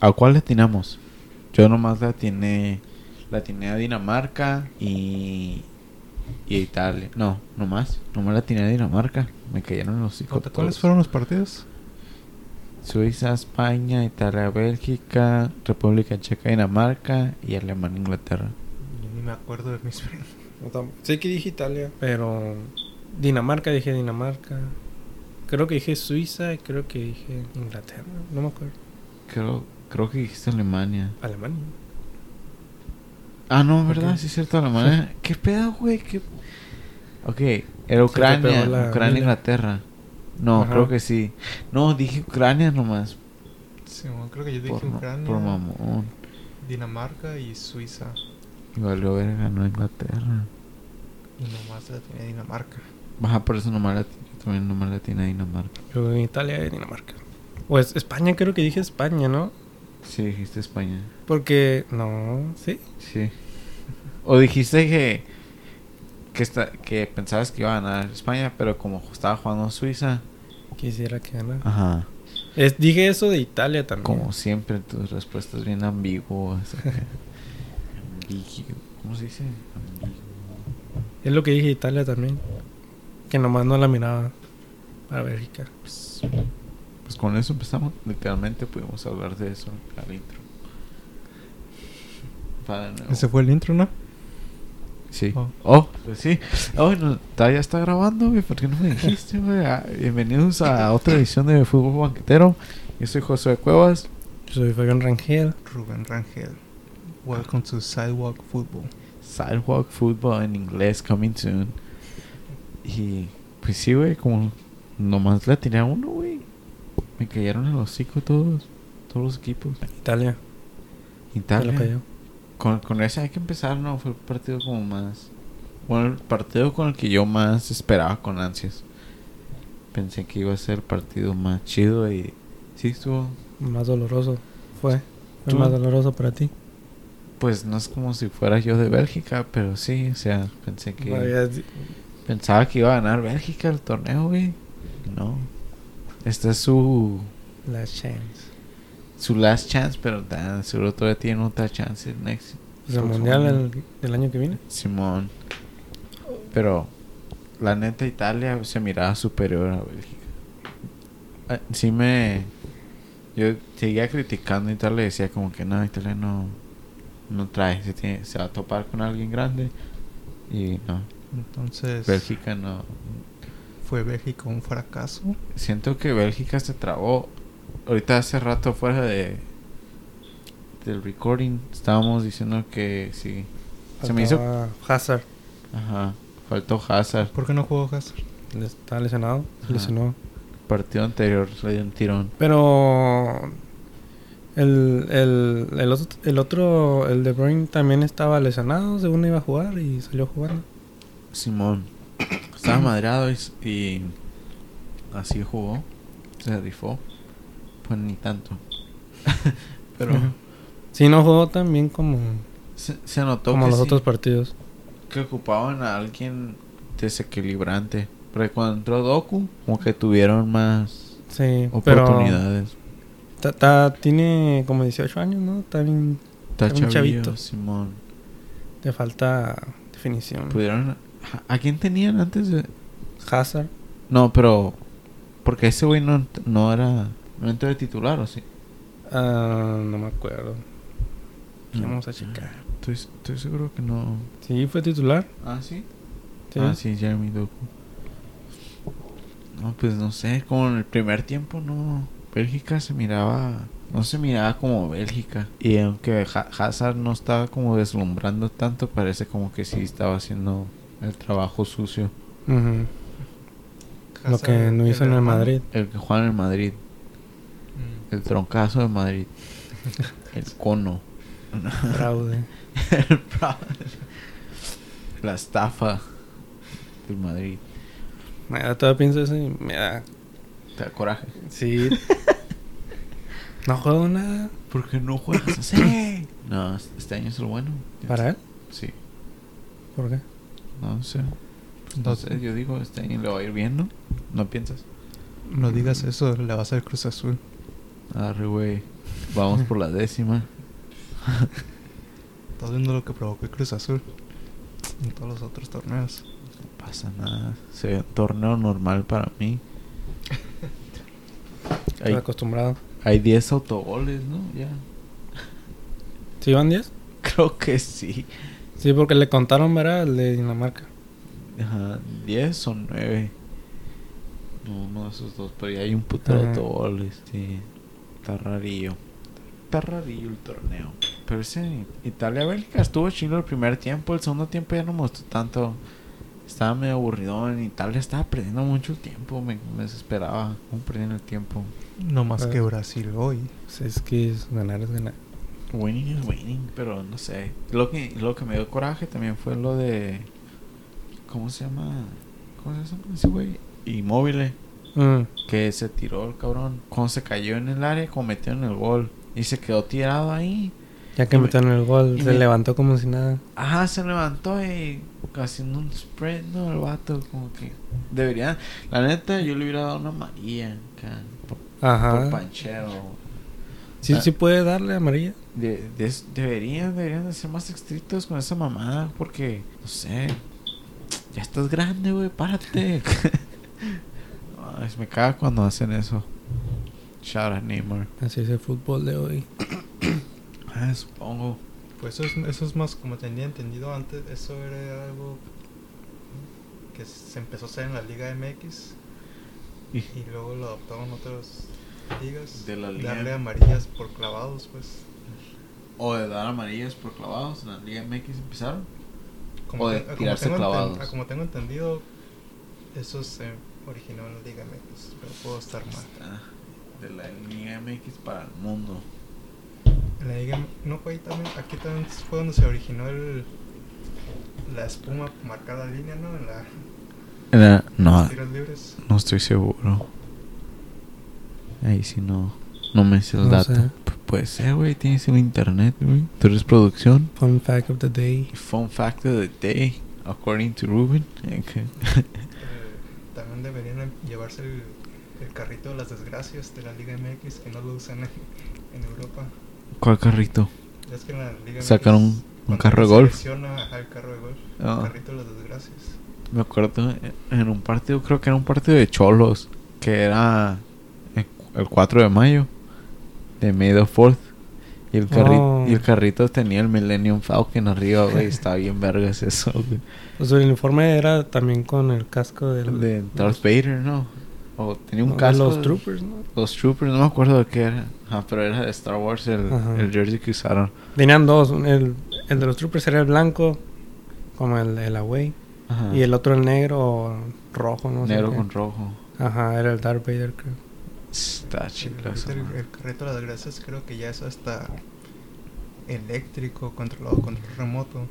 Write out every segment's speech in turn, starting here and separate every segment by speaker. Speaker 1: ¿A cuál le atinamos? Yo nomás la atiné, la atiné a Dinamarca y, y a Italia. No, nomás, nomás la atiné a Dinamarca. Me cayeron los hijos.
Speaker 2: ¿Cuáles fueron los partidos?
Speaker 1: Suiza, España, Italia, Bélgica, República Checa, Dinamarca y Alemania, Inglaterra.
Speaker 2: Yo ni me acuerdo de mis primos.
Speaker 3: No tam- Sé que dije Italia.
Speaker 4: Pero Dinamarca, dije Dinamarca. Creo que dije Suiza, y creo que dije Inglaterra, no me acuerdo.
Speaker 1: Creo, creo que dijiste Alemania.
Speaker 4: Alemania.
Speaker 1: Ah, no, ¿verdad? Sí, es cierto, Alemania. ¿Qué pedo, güey? ¿Qué... Ok, era Ucrania,
Speaker 4: pegó la
Speaker 1: Ucrania,
Speaker 4: mila.
Speaker 1: Inglaterra. No,
Speaker 4: Ajá.
Speaker 1: creo que sí. No, dije Ucrania nomás.
Speaker 2: Sí, bueno, creo que yo dije
Speaker 1: Por, ma-
Speaker 2: Ucrania,
Speaker 1: por mamón.
Speaker 2: Dinamarca y Suiza.
Speaker 1: Y valió ver, ganó Inglaterra.
Speaker 2: Y nomás la tenía Dinamarca.
Speaker 1: Baja por eso nomás la ti- yo también nomás la tiene Dinamarca.
Speaker 4: Yo en Italia y Dinamarca. Pues España, creo que dije España, ¿no?
Speaker 1: Sí, dijiste España.
Speaker 4: Porque, no, sí.
Speaker 1: Sí. O dijiste que que, esta- que pensabas que iba a ganar España, pero como estaba jugando Suiza.
Speaker 4: Quisiera que ganara.
Speaker 1: Ajá.
Speaker 4: Es- dije eso de Italia también.
Speaker 1: Como siempre, tus respuestas bien ambiguas. Ambiguo. ¿Cómo se dice? Ambiguo.
Speaker 4: Es lo que dije de Italia también. Que nomás no la miraba para Bélgica.
Speaker 1: Pues, pues con eso empezamos. Literalmente pudimos hablar de eso al intro. Para no-
Speaker 2: Ese fue el intro, ¿no?
Speaker 1: Sí.
Speaker 2: Oh.
Speaker 1: Oh, pues sí. Oh, no, ta- ya está grabando, güey. ¿Por qué no me dijiste, güey? Ah, Bienvenidos a otra edición de Fútbol Banquetero. Yo soy José Cuevas.
Speaker 4: Yo soy Fabián Rangel.
Speaker 2: Rubén Rangel. Ah. Welcome to Sidewalk Football.
Speaker 1: Sidewalk Football en inglés, coming soon. Y pues sí, güey, como nomás la tenía uno, güey. Me cayeron en los hocico todos, todos los equipos.
Speaker 4: Italia. me la
Speaker 1: Italia.
Speaker 4: cayó.
Speaker 1: Con, con ese hay que empezar, ¿no? Fue el partido como más... Bueno, el partido con el que yo más esperaba con ansias. Pensé que iba a ser el partido más chido y... Sí, estuvo...
Speaker 4: Más doloroso fue. Fue
Speaker 1: ¿Tú?
Speaker 4: más doloroso para ti.
Speaker 1: Pues no es como si fuera yo de Bélgica, pero sí, o sea, pensé que...
Speaker 4: Habías di-
Speaker 1: Pensaba que iba a ganar Bélgica el torneo, güey. No. Esta es su...
Speaker 4: La chance.
Speaker 1: Su last chance, pero tan seguro todavía tiene otra chance. Next,
Speaker 4: Pues el
Speaker 1: Por
Speaker 4: mundial
Speaker 1: favor.
Speaker 4: el- del año que viene.
Speaker 1: Simón. Pero la neta Italia se miraba superior a Bélgica. Ah, Sí me... Yo seguía criticando a Italia y decía como que no, Italia no, no trae, se, tiene- se va a topar con alguien grande. Y no,
Speaker 2: Entonces,
Speaker 1: Bélgica no.
Speaker 2: ¿fue Bélgica un fracaso?
Speaker 1: Siento que Bélgica se trabó. Ahorita hace rato fuera de del recording estábamos diciendo que sí. Se me hizo...
Speaker 4: Faltaba Hazard.
Speaker 1: Ajá, faltó Hazard.
Speaker 2: ¿Por qué no jugó Hazard?
Speaker 4: Le- Está lesionado.
Speaker 1: Ajá.
Speaker 4: Se lesionó.
Speaker 1: partido anterior le dio un tirón.
Speaker 4: Pero el, el, el, otro, el otro, el De Bruyne también estaba lesionado, según iba a jugar y salió jugando.
Speaker 1: Simón estaba madreado y, s- y así jugó. Se rifó. Pues ni tanto. Pero
Speaker 4: Ajá. Sí, no jugó tan bien como,
Speaker 1: se, se notó
Speaker 4: como
Speaker 1: que,
Speaker 4: los
Speaker 1: sí,
Speaker 4: otros partidos.
Speaker 1: que ocupaban a alguien desequilibrante. Pero cuando entró Doku, como que tuvieron más
Speaker 4: Sí, pero
Speaker 1: oportunidades.
Speaker 4: ta- ta- tiene como 18 años, ¿no? También
Speaker 1: Está
Speaker 4: un
Speaker 1: chavillo,
Speaker 4: chavito.
Speaker 1: Simón.
Speaker 4: le falta definición.
Speaker 1: Pudieron. ¿A- ¿A quién tenían antes de.?
Speaker 4: Hazard,
Speaker 1: No, pero. Porque ese güey no, ent- no era. No entró de titular, ¿o sí?
Speaker 4: ah, no me acuerdo. Vamos a
Speaker 1: checar
Speaker 4: checar.
Speaker 1: Estoy, estoy seguro que no.
Speaker 4: Sí, fue titular.
Speaker 1: ¿Ah, sí?
Speaker 4: Sí.
Speaker 1: Ah, sí, Jeremy Doku. No, pues no sé, como en el primer tiempo no. Bélgica se miraba. No se miraba como Bélgica. Y aunque Ha- Hazard no estaba como deslumbrando tanto, parece como que sí estaba haciendo el trabajo sucio.
Speaker 4: Ujú. Lo
Speaker 2: Hazard,
Speaker 4: que no hizo en el
Speaker 2: hermano.
Speaker 4: Madrid.
Speaker 1: El que juega en el Madrid,
Speaker 2: Mm.
Speaker 1: el troncazo de Madrid, el cono,
Speaker 4: Fraude.
Speaker 1: El fraude. la estafa del Madrid.
Speaker 4: Nada, todavía pienso eso y me da
Speaker 1: Te da coraje.
Speaker 4: Sí. no juego nada.
Speaker 1: ¿Por qué no juegas así? no, es- este año es el bueno.
Speaker 4: ¿Para él?
Speaker 1: Sí.
Speaker 4: ¿Por qué?
Speaker 1: No sé. No
Speaker 2: eh,
Speaker 1: sé, yo digo, este año le va a ir bien, ¿no? ¿No piensas?
Speaker 2: No digas eso, le vas al Cruz Azul.
Speaker 1: Arre, güey. Vamos por la décima.
Speaker 2: Estás viendo lo que provocó el Cruz Azul en todos los otros torneos.
Speaker 1: No pasa nada. Se ve un torneo normal para mí.
Speaker 4: Estoy
Speaker 1: Hay,
Speaker 4: acostumbrado.
Speaker 1: hay 10 autogoles, ¿no? Ya.
Speaker 4: ¿Sí van 10?
Speaker 1: Creo que sí.
Speaker 4: Sí, porque le contaron, ¿verdad? El de Dinamarca.
Speaker 1: Ajá, 10 o 9. No, uno de esos dos, pero ya hay un puto de
Speaker 4: Ajá.
Speaker 1: autogoles. Sí, está rarillo. Está rarillo el torneo. Pero ese Italia-Bélgica estuvo chido el primer tiempo. El segundo tiempo ya no me gustó tanto. Estaba medio aburridón. Italia estaba perdiendo mucho tiempo. Me, me desesperaba. Como perdiendo el tiempo.
Speaker 2: No más
Speaker 4: Ah.
Speaker 2: que Brasil hoy.
Speaker 4: Pues es que es ganar es ganar.
Speaker 1: Winning es winning, pero no sé. Lo que, lo que me dio coraje también fue lo de. ¿Cómo se llama? ¿Cómo se llama ese güey? Inmóvil.
Speaker 4: Mm.
Speaker 1: Que se tiró el cabrón. Cuando se cayó en el área, como metió en el gol. Y se quedó tirado ahí.
Speaker 4: Ya que
Speaker 1: Y me-
Speaker 4: metieron el gol,
Speaker 1: y
Speaker 4: se
Speaker 1: me-
Speaker 4: levantó como si nada.
Speaker 1: Ajá, se levantó y haciendo un spread, ¿no? El vato, como que. Debería. La neta, yo le hubiera dado una amarilla acá. Por, por
Speaker 4: Ajá.
Speaker 1: panchero.
Speaker 4: Sí,
Speaker 1: Ah.
Speaker 4: sí puede darle amarilla.
Speaker 1: De- de- deberían, deberían de ser más estrictos con esa mamada, porque, no sé, ya estás grande, güey, párate. Ay, me caga cuando hacen eso. Shout out Neymar.
Speaker 4: Así es el fútbol de hoy.
Speaker 1: Ah, supongo.
Speaker 2: Pues eso es, eso es más, como tenía entendido antes, eso era algo que se empezó a hacer en la Liga MX
Speaker 1: Y-
Speaker 2: y luego lo adoptaron otras ligas.
Speaker 1: De la liga.
Speaker 2: Darle amarillas por clavados, pues.
Speaker 1: O de dar amarillas por clavados en la Liga MX empezaron. O
Speaker 2: Como,
Speaker 1: de
Speaker 2: te- como
Speaker 1: tirarse
Speaker 2: tengo enten-
Speaker 1: clavados.
Speaker 2: ah, como tengo entendido, eso se originó en la Liga MX, pero puedo estar mal.
Speaker 1: Está. Ah, De la Liga MX para el mundo.
Speaker 2: En la Liga, no fue ahí también, aquí también fue donde se originó el, la espuma marcada línea, ¿no? En la,
Speaker 1: no,
Speaker 2: los tiros libres.
Speaker 1: no estoy seguro. Ahí sí no. No me sé el
Speaker 4: No
Speaker 1: dato.
Speaker 4: sé.
Speaker 1: Pu- puede ser, güey. Tienes el internet, güey. Tú eres producción.
Speaker 4: Fun fact of the day.
Speaker 1: Fun fact of the day, according to Ruben. Okay.
Speaker 2: Eh, también deberían llevarse el, el carrito de las desgracias de la Liga MX que no lo usan en, en Europa.
Speaker 1: ¿Cuál carrito?
Speaker 2: Ya Es que en la Liga
Speaker 1: Sacan
Speaker 2: MX,
Speaker 1: un- un
Speaker 2: cuando
Speaker 1: carro de
Speaker 2: se
Speaker 1: golf.
Speaker 2: lesiona, ajá, el carro de golf. El
Speaker 1: Ah,
Speaker 2: carrito de las desgracias.
Speaker 1: me acuerdo eh, en un partido, creo que era un partido de Cholos, que era el cu- el 4 de mayo, de Medio Fourth. Y el, carri-
Speaker 4: Oh.
Speaker 1: y el carrito tenía el Millennium Falcon arriba, güey. Está bien vergas eso, güey.
Speaker 4: O sea, Pues el uniforme era también con el casco del,
Speaker 1: El de Darth Vader, ¿no? O tenía un
Speaker 4: no, de
Speaker 1: casco.
Speaker 4: los
Speaker 1: de-
Speaker 4: troopers, ¿no?
Speaker 1: Los Troopers, no me acuerdo de qué era. Ah, pero era de Star Wars el,
Speaker 4: Ajá.
Speaker 1: el jersey que usaron.
Speaker 4: Tenían dos. un- El, el de los troopers era el blanco, como el de la Way.
Speaker 1: Ajá.
Speaker 4: Y el otro el negro o rojo, no sé.
Speaker 1: Negro
Speaker 4: qué.
Speaker 1: con rojo.
Speaker 4: Ajá, era el Darth Vader, creo.
Speaker 1: Está
Speaker 2: El,
Speaker 1: chido
Speaker 2: carrito,
Speaker 1: eso.
Speaker 2: el, el carrito de las desgracias creo que ya es hasta eléctrico, controlado, control remoto.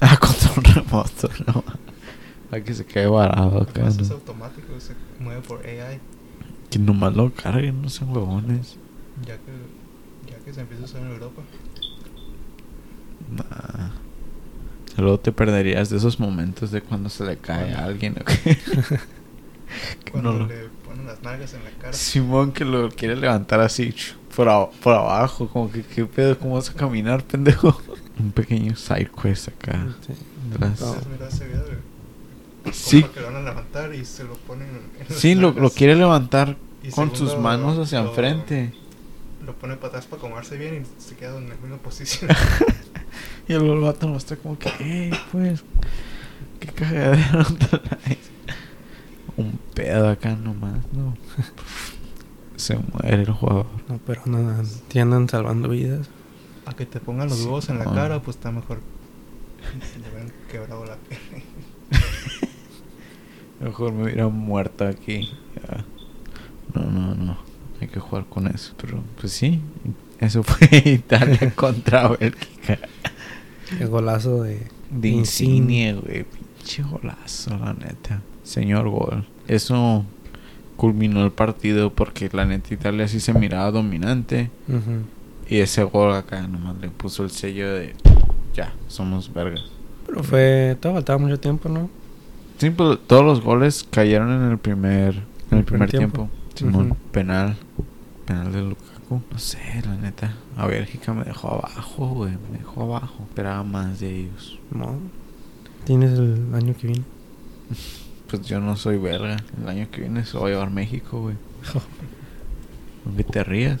Speaker 1: Ah, contra un remoto, no. Para que se quede varado acá.
Speaker 2: Además es
Speaker 1: ¿no?
Speaker 2: automático, se mueve por AI.
Speaker 1: Que nomás lo carguen, no sean huevones.
Speaker 2: Ya que, ya que se empieza a usar en Europa.
Speaker 1: Nah. Luego te perderías de esos momentos de cuando se le cae a alguien. ¿o qué? Que no
Speaker 2: Cuando
Speaker 1: lo-
Speaker 2: le ponen las nalgas en la cara.
Speaker 1: Simón que lo quiere levantar así chu, por, a- por abajo. Como que, ¿qué pedo? ¿Cómo vas a caminar, pendejo? Un pequeño side quest acá.
Speaker 4: Sí.
Speaker 1: de las-
Speaker 4: No.
Speaker 2: ¿Ustedes miraron ese video? del
Speaker 1: Sí,
Speaker 2: compa que lo van a levantar y se lo ponen en las
Speaker 1: sí lo, lo
Speaker 2: nalgas.
Speaker 1: quiere levantar
Speaker 2: Y
Speaker 1: con sus
Speaker 2: segundo,
Speaker 1: manos hacia
Speaker 2: lo-
Speaker 1: enfrente.
Speaker 2: Lo pone para atrás para comerse bien y se queda en la misma posición.
Speaker 1: Y el otro vato no está como que, "Ey, pues, qué cagadero traes". Un pedo acá nomás, no. Se muere el jugador.
Speaker 4: No, pero no, te andan salvando vidas.
Speaker 2: A que te pongan los
Speaker 1: Sí,
Speaker 2: huevos en la
Speaker 1: no.
Speaker 2: cara, pues está mejor. que Le hubieran quebrado la piel.
Speaker 1: Mejor me hubiera muerto aquí. Ya. No, no, no. Hay que jugar con eso. Pero, pues sí. Eso fue Italia contra Bélgica.
Speaker 4: El golazo de...
Speaker 1: De
Speaker 4: Insigne.
Speaker 1: insignia, güey. Pinche golazo, la neta. Señor gol. Eso culminó el partido porque la neta Italia sí se miraba dominante.
Speaker 4: Ujú.
Speaker 1: Y ese gol acá nomás le puso el sello de ya, somos vergas.
Speaker 4: Pero fue... Todavía faltaba mucho tiempo, ¿no?
Speaker 1: Sí, pues, todos los goles cayeron en el primer, en el primer
Speaker 4: Primer tiempo.
Speaker 1: tiempo. Simón,
Speaker 4: Ujú.
Speaker 1: penal. Penal de Lukaku. Lukaku. No sé, la neta. A Bélgica me dejó abajo, güey. Me dejó abajo. Esperaba más de ellos.
Speaker 3: No.
Speaker 4: Tienes el año que viene.
Speaker 1: Pues yo no soy verga. El año que viene soy a México, güey. Aunque te rías.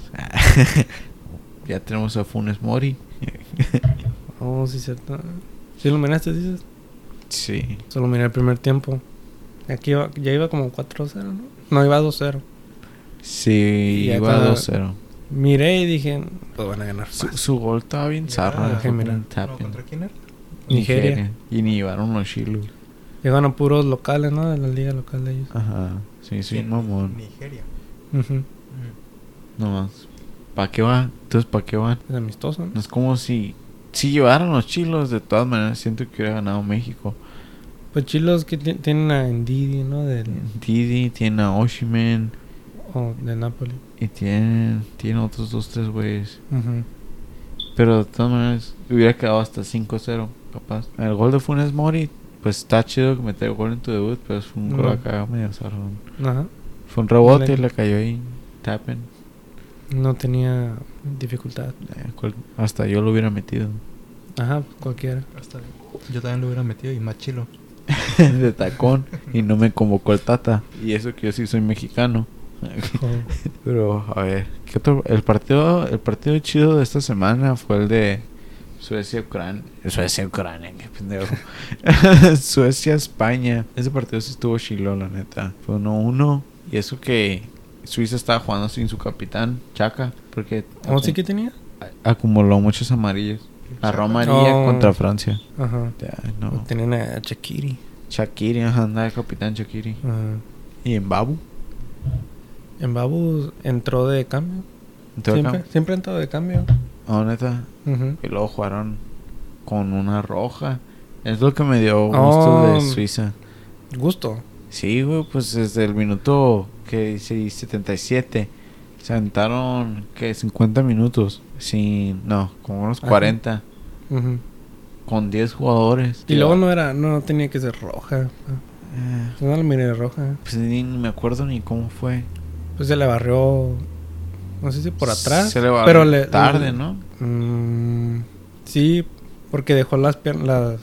Speaker 1: ya tenemos a Funes Mori.
Speaker 4: Oh, sí, cierto. ¿Sí lo miraste, dices?
Speaker 1: sí.
Speaker 4: Solo miré el primer tiempo. Aquí iba- ya iba como 4-0, ¿no? No, iba 2-0. Y
Speaker 1: Sí,
Speaker 4: ya
Speaker 1: iba
Speaker 4: estaba-
Speaker 1: 2-0.
Speaker 4: Miré y dije, pues van a ganar.
Speaker 1: Su, su gol estaba bien zarra.
Speaker 2: Ah,
Speaker 1: fue
Speaker 4: mira.
Speaker 1: un tap
Speaker 2: No,
Speaker 1: in.
Speaker 2: ¿Contra quién era?
Speaker 4: Nigeria.
Speaker 1: Y ni llevaron los chilos.
Speaker 4: Llegan a puros locales, ¿no? De la liga local de ellos.
Speaker 1: Ajá. Sí, sí,
Speaker 2: ¿Quién?
Speaker 1: mamón.
Speaker 2: Nigeria.
Speaker 4: Ujú.
Speaker 2: Mm.
Speaker 1: Nomás. ¿Para qué va? Entonces, ¿para qué van?
Speaker 4: Es amistoso, ¿no?
Speaker 1: No es como si... Si llevaron los chilos, de todas maneras siento que hubiera ganado México.
Speaker 4: Pues chilos que ti- tienen a Ndidi, ¿no? Del,
Speaker 1: Didi tiene a Oshimen
Speaker 4: o de Napoli.
Speaker 1: y tiene, tiene otros dos, tres güeyes.
Speaker 4: Ujú.
Speaker 1: Pero de todas maneras hubiera quedado hasta 5-0, capaz. El gol de Funes Mori, pues está chido que metió gol en tu debut, pero fue un gol
Speaker 4: No.
Speaker 1: acá medio zarrón.
Speaker 4: Ajá.
Speaker 1: Fue un rebote y
Speaker 4: Le-
Speaker 1: le cayó ahí. Tapen.
Speaker 4: No tenía dificultad.
Speaker 1: Eh, cual- hasta yo lo hubiera metido.
Speaker 4: Ajá, cualquiera.
Speaker 2: Hasta yo también lo hubiera metido y más chilo.
Speaker 1: de tacón y no me convocó el Tata. Y eso que yo sí soy mexicano. Pero a ver, ¿qué otro? El partido, el partido chido de esta semana fue el de Suecia Ucrania, Suecia Ucrania, qué pendejo. Suecia España. Ese partido sí estuvo chilo, la neta. Fue 1-1 y eso que Suiza estaba jugando sin su capitán, Chaca, porque
Speaker 4: ¿Cómo sí que tenía?
Speaker 1: a- acumuló muchas amarillas. La Roma
Speaker 4: Oh.
Speaker 1: contra Francia.
Speaker 4: Ajá.
Speaker 1: Ya, no.
Speaker 4: Pues Tenían a Shakiri.
Speaker 1: Shakiri, ajá, andaba el capitán Shakiri.
Speaker 4: Ajá.
Speaker 1: Y en Babu.
Speaker 4: En Babu entró de cambio. Siempre, siempre ha entrado de cambio.
Speaker 1: Oh, neta.
Speaker 4: Ujú.
Speaker 1: Y luego jugaron con una roja. Es lo que me dio gusto
Speaker 4: Oh.
Speaker 1: de Suiza.
Speaker 4: Gusto.
Speaker 1: Sí, güey, pues desde el minuto que dice 77. Se aventaron, que 50 minutos. Sin, no, como unos
Speaker 4: Ajá.
Speaker 1: 40.
Speaker 4: Ujú.
Speaker 1: Con 10 jugadores.
Speaker 4: Y luego no era, no, no tenía que ser roja.
Speaker 1: Eh,
Speaker 4: Yo no la miré de roja.
Speaker 1: pues ni, ni me acuerdo ni cómo fue.
Speaker 4: Pues se le barrió. No sé si por atrás.
Speaker 1: Se le va
Speaker 4: pero le-
Speaker 1: tarde, ¿no?
Speaker 4: Mm, sí, porque dejó las piernas, las,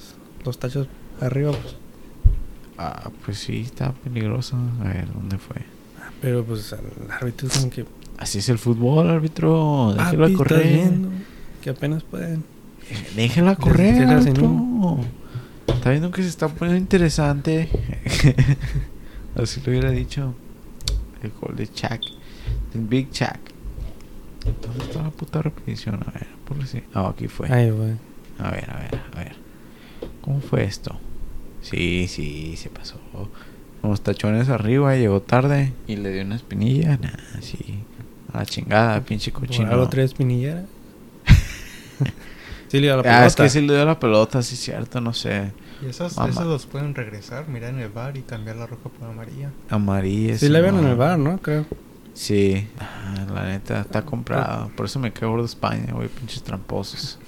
Speaker 4: los tachos arriba. pues.
Speaker 1: Ah, pues sí, está peligroso. A ver, ¿dónde fue?
Speaker 4: Pero pues el árbitro es como que.
Speaker 1: Así es el fútbol, árbitro. Déjela
Speaker 4: "Papi, ¿estás
Speaker 1: correr. Eh,
Speaker 4: viendo? Que apenas pueden.
Speaker 1: Déjela
Speaker 4: Desde
Speaker 1: correr,
Speaker 4: que se hace,
Speaker 1: árbitro. Está viendo que se está poniendo interesante. Así lo hubiera dicho. El gol de Chuck. Del Big Chuck. ¿Dónde está la puta repetición? A ver, por si. Ah, aquí fue.
Speaker 4: Ay, güey.
Speaker 1: A ver, a ver, a ver. ¿Cómo fue esto? Sí, sí, se pasó. Unos tachones arriba, llegó tarde y le dio una espinilla. Nah, sí. A la chingada, pinche cochino.
Speaker 4: Cochino. tres pinillera. sí, le dio la pelota.
Speaker 1: Ah, es que sí le dio la pelota, sí, cierto, no sé.
Speaker 2: Y esos,
Speaker 1: Mamá.
Speaker 2: esos los pueden regresar, mirar en el bar y cambiar la roja por amarilla.
Speaker 1: Amarilla.
Speaker 4: Sí, le ven en
Speaker 1: Simón.
Speaker 4: el bar, ¿no? Creo.
Speaker 1: Sí. Ah, la neta, está comprado. Por eso me quedo gordo España, güey, pinches tramposos.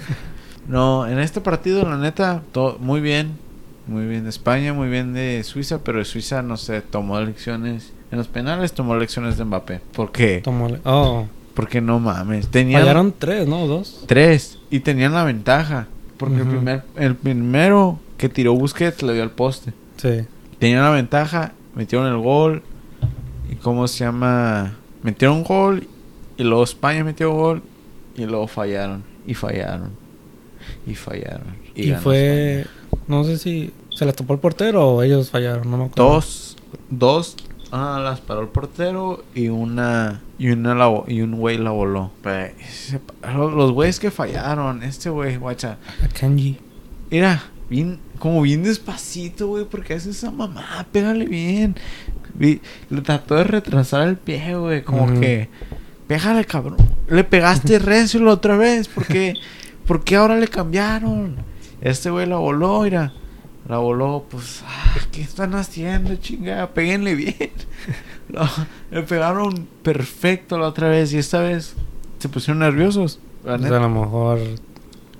Speaker 1: no, en este partido, la neta, todo muy bien. Muy bien de España, muy bien de Suiza, pero Suiza, no sé, tomó lecciones. En los penales tomó lecciones de Mbappé. ¿Por qué?
Speaker 4: Tomó la- Oh,
Speaker 1: Porque no mames. Tenían
Speaker 4: fallaron tres, ¿no? Dos.
Speaker 1: tres y tenían la ventaja. Porque el,
Speaker 4: Ujú.
Speaker 1: primer, el primero que tiró Busquets le dio al poste.
Speaker 4: Sí.
Speaker 1: Tenían la ventaja, metieron el gol. ¿Y cómo se llama? Metieron gol y luego España metió gol y luego fallaron y fallaron y fallaron.
Speaker 4: Y,
Speaker 1: ganó
Speaker 4: fue.
Speaker 1: España.
Speaker 4: No sé si. ¿Se las topó el portero o ellos fallaron? No me acuerdo.
Speaker 1: dos dos ah, las paró el portero y una y una la vo- y un güey la voló. Pe- se pa- Los güeyes que fallaron, este güey, guacha.
Speaker 4: A Kanji.
Speaker 1: Mira, bien, como bien despacito, güey, porque hace esa mamá, pégale bien. Vi- le trató de retrasar el pie, güey, como
Speaker 4: Ujú.
Speaker 1: que, pégale, cabrón. Le pegaste recio la otra vez, porque, ¿por qué ahora le cambiaron? Este güey la voló, mira, la voló, pues, ah, ¿qué están haciendo, chingada? Péguenle bien. Lo- le pegaron perfecto la otra vez y esta vez se pusieron nerviosos. La
Speaker 4: Pues
Speaker 1: neta,
Speaker 4: a lo mejor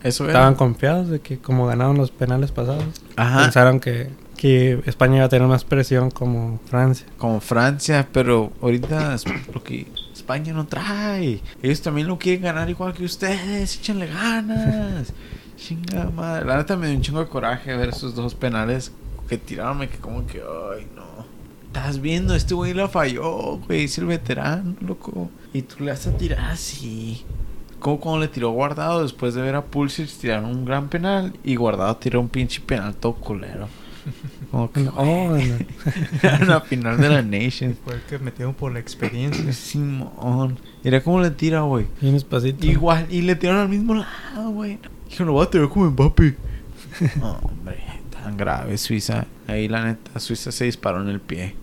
Speaker 1: eso era.
Speaker 4: estaban confiados de que, como ganaron los penales pasados,
Speaker 1: Ajá.
Speaker 4: pensaron que, que España iba a tener más presión como Francia.
Speaker 1: con Francia, pero ahorita es- lo que España no trae. Ellos también lo quieren ganar igual que ustedes. Échenle ganas. Chinga madre. La neta me dio un chingo de coraje ver esos dos penales que tiraron. Me que como que, ay, no. Estás viendo, este güey la falló, güey. Es el veterano, loco. Y tú le vas a tirar así. Como cuando le tiró Guardado después de ver a Pulisic tirar un gran penal. Y Guardado tiró un pinche penal todo culero. Como que,
Speaker 4: No, no.
Speaker 1: era una final de la Nation.
Speaker 2: Fue el que metieron por la experiencia.
Speaker 1: Simón. Mira cómo le tira, güey.
Speaker 4: Bien despacito.
Speaker 1: Igual, y le tiraron al mismo lado, güey. Dije, no va a tirar como Mbappé. No, hombre, tan grave Suiza. Ahí la neta, Suiza se disparó en el pie.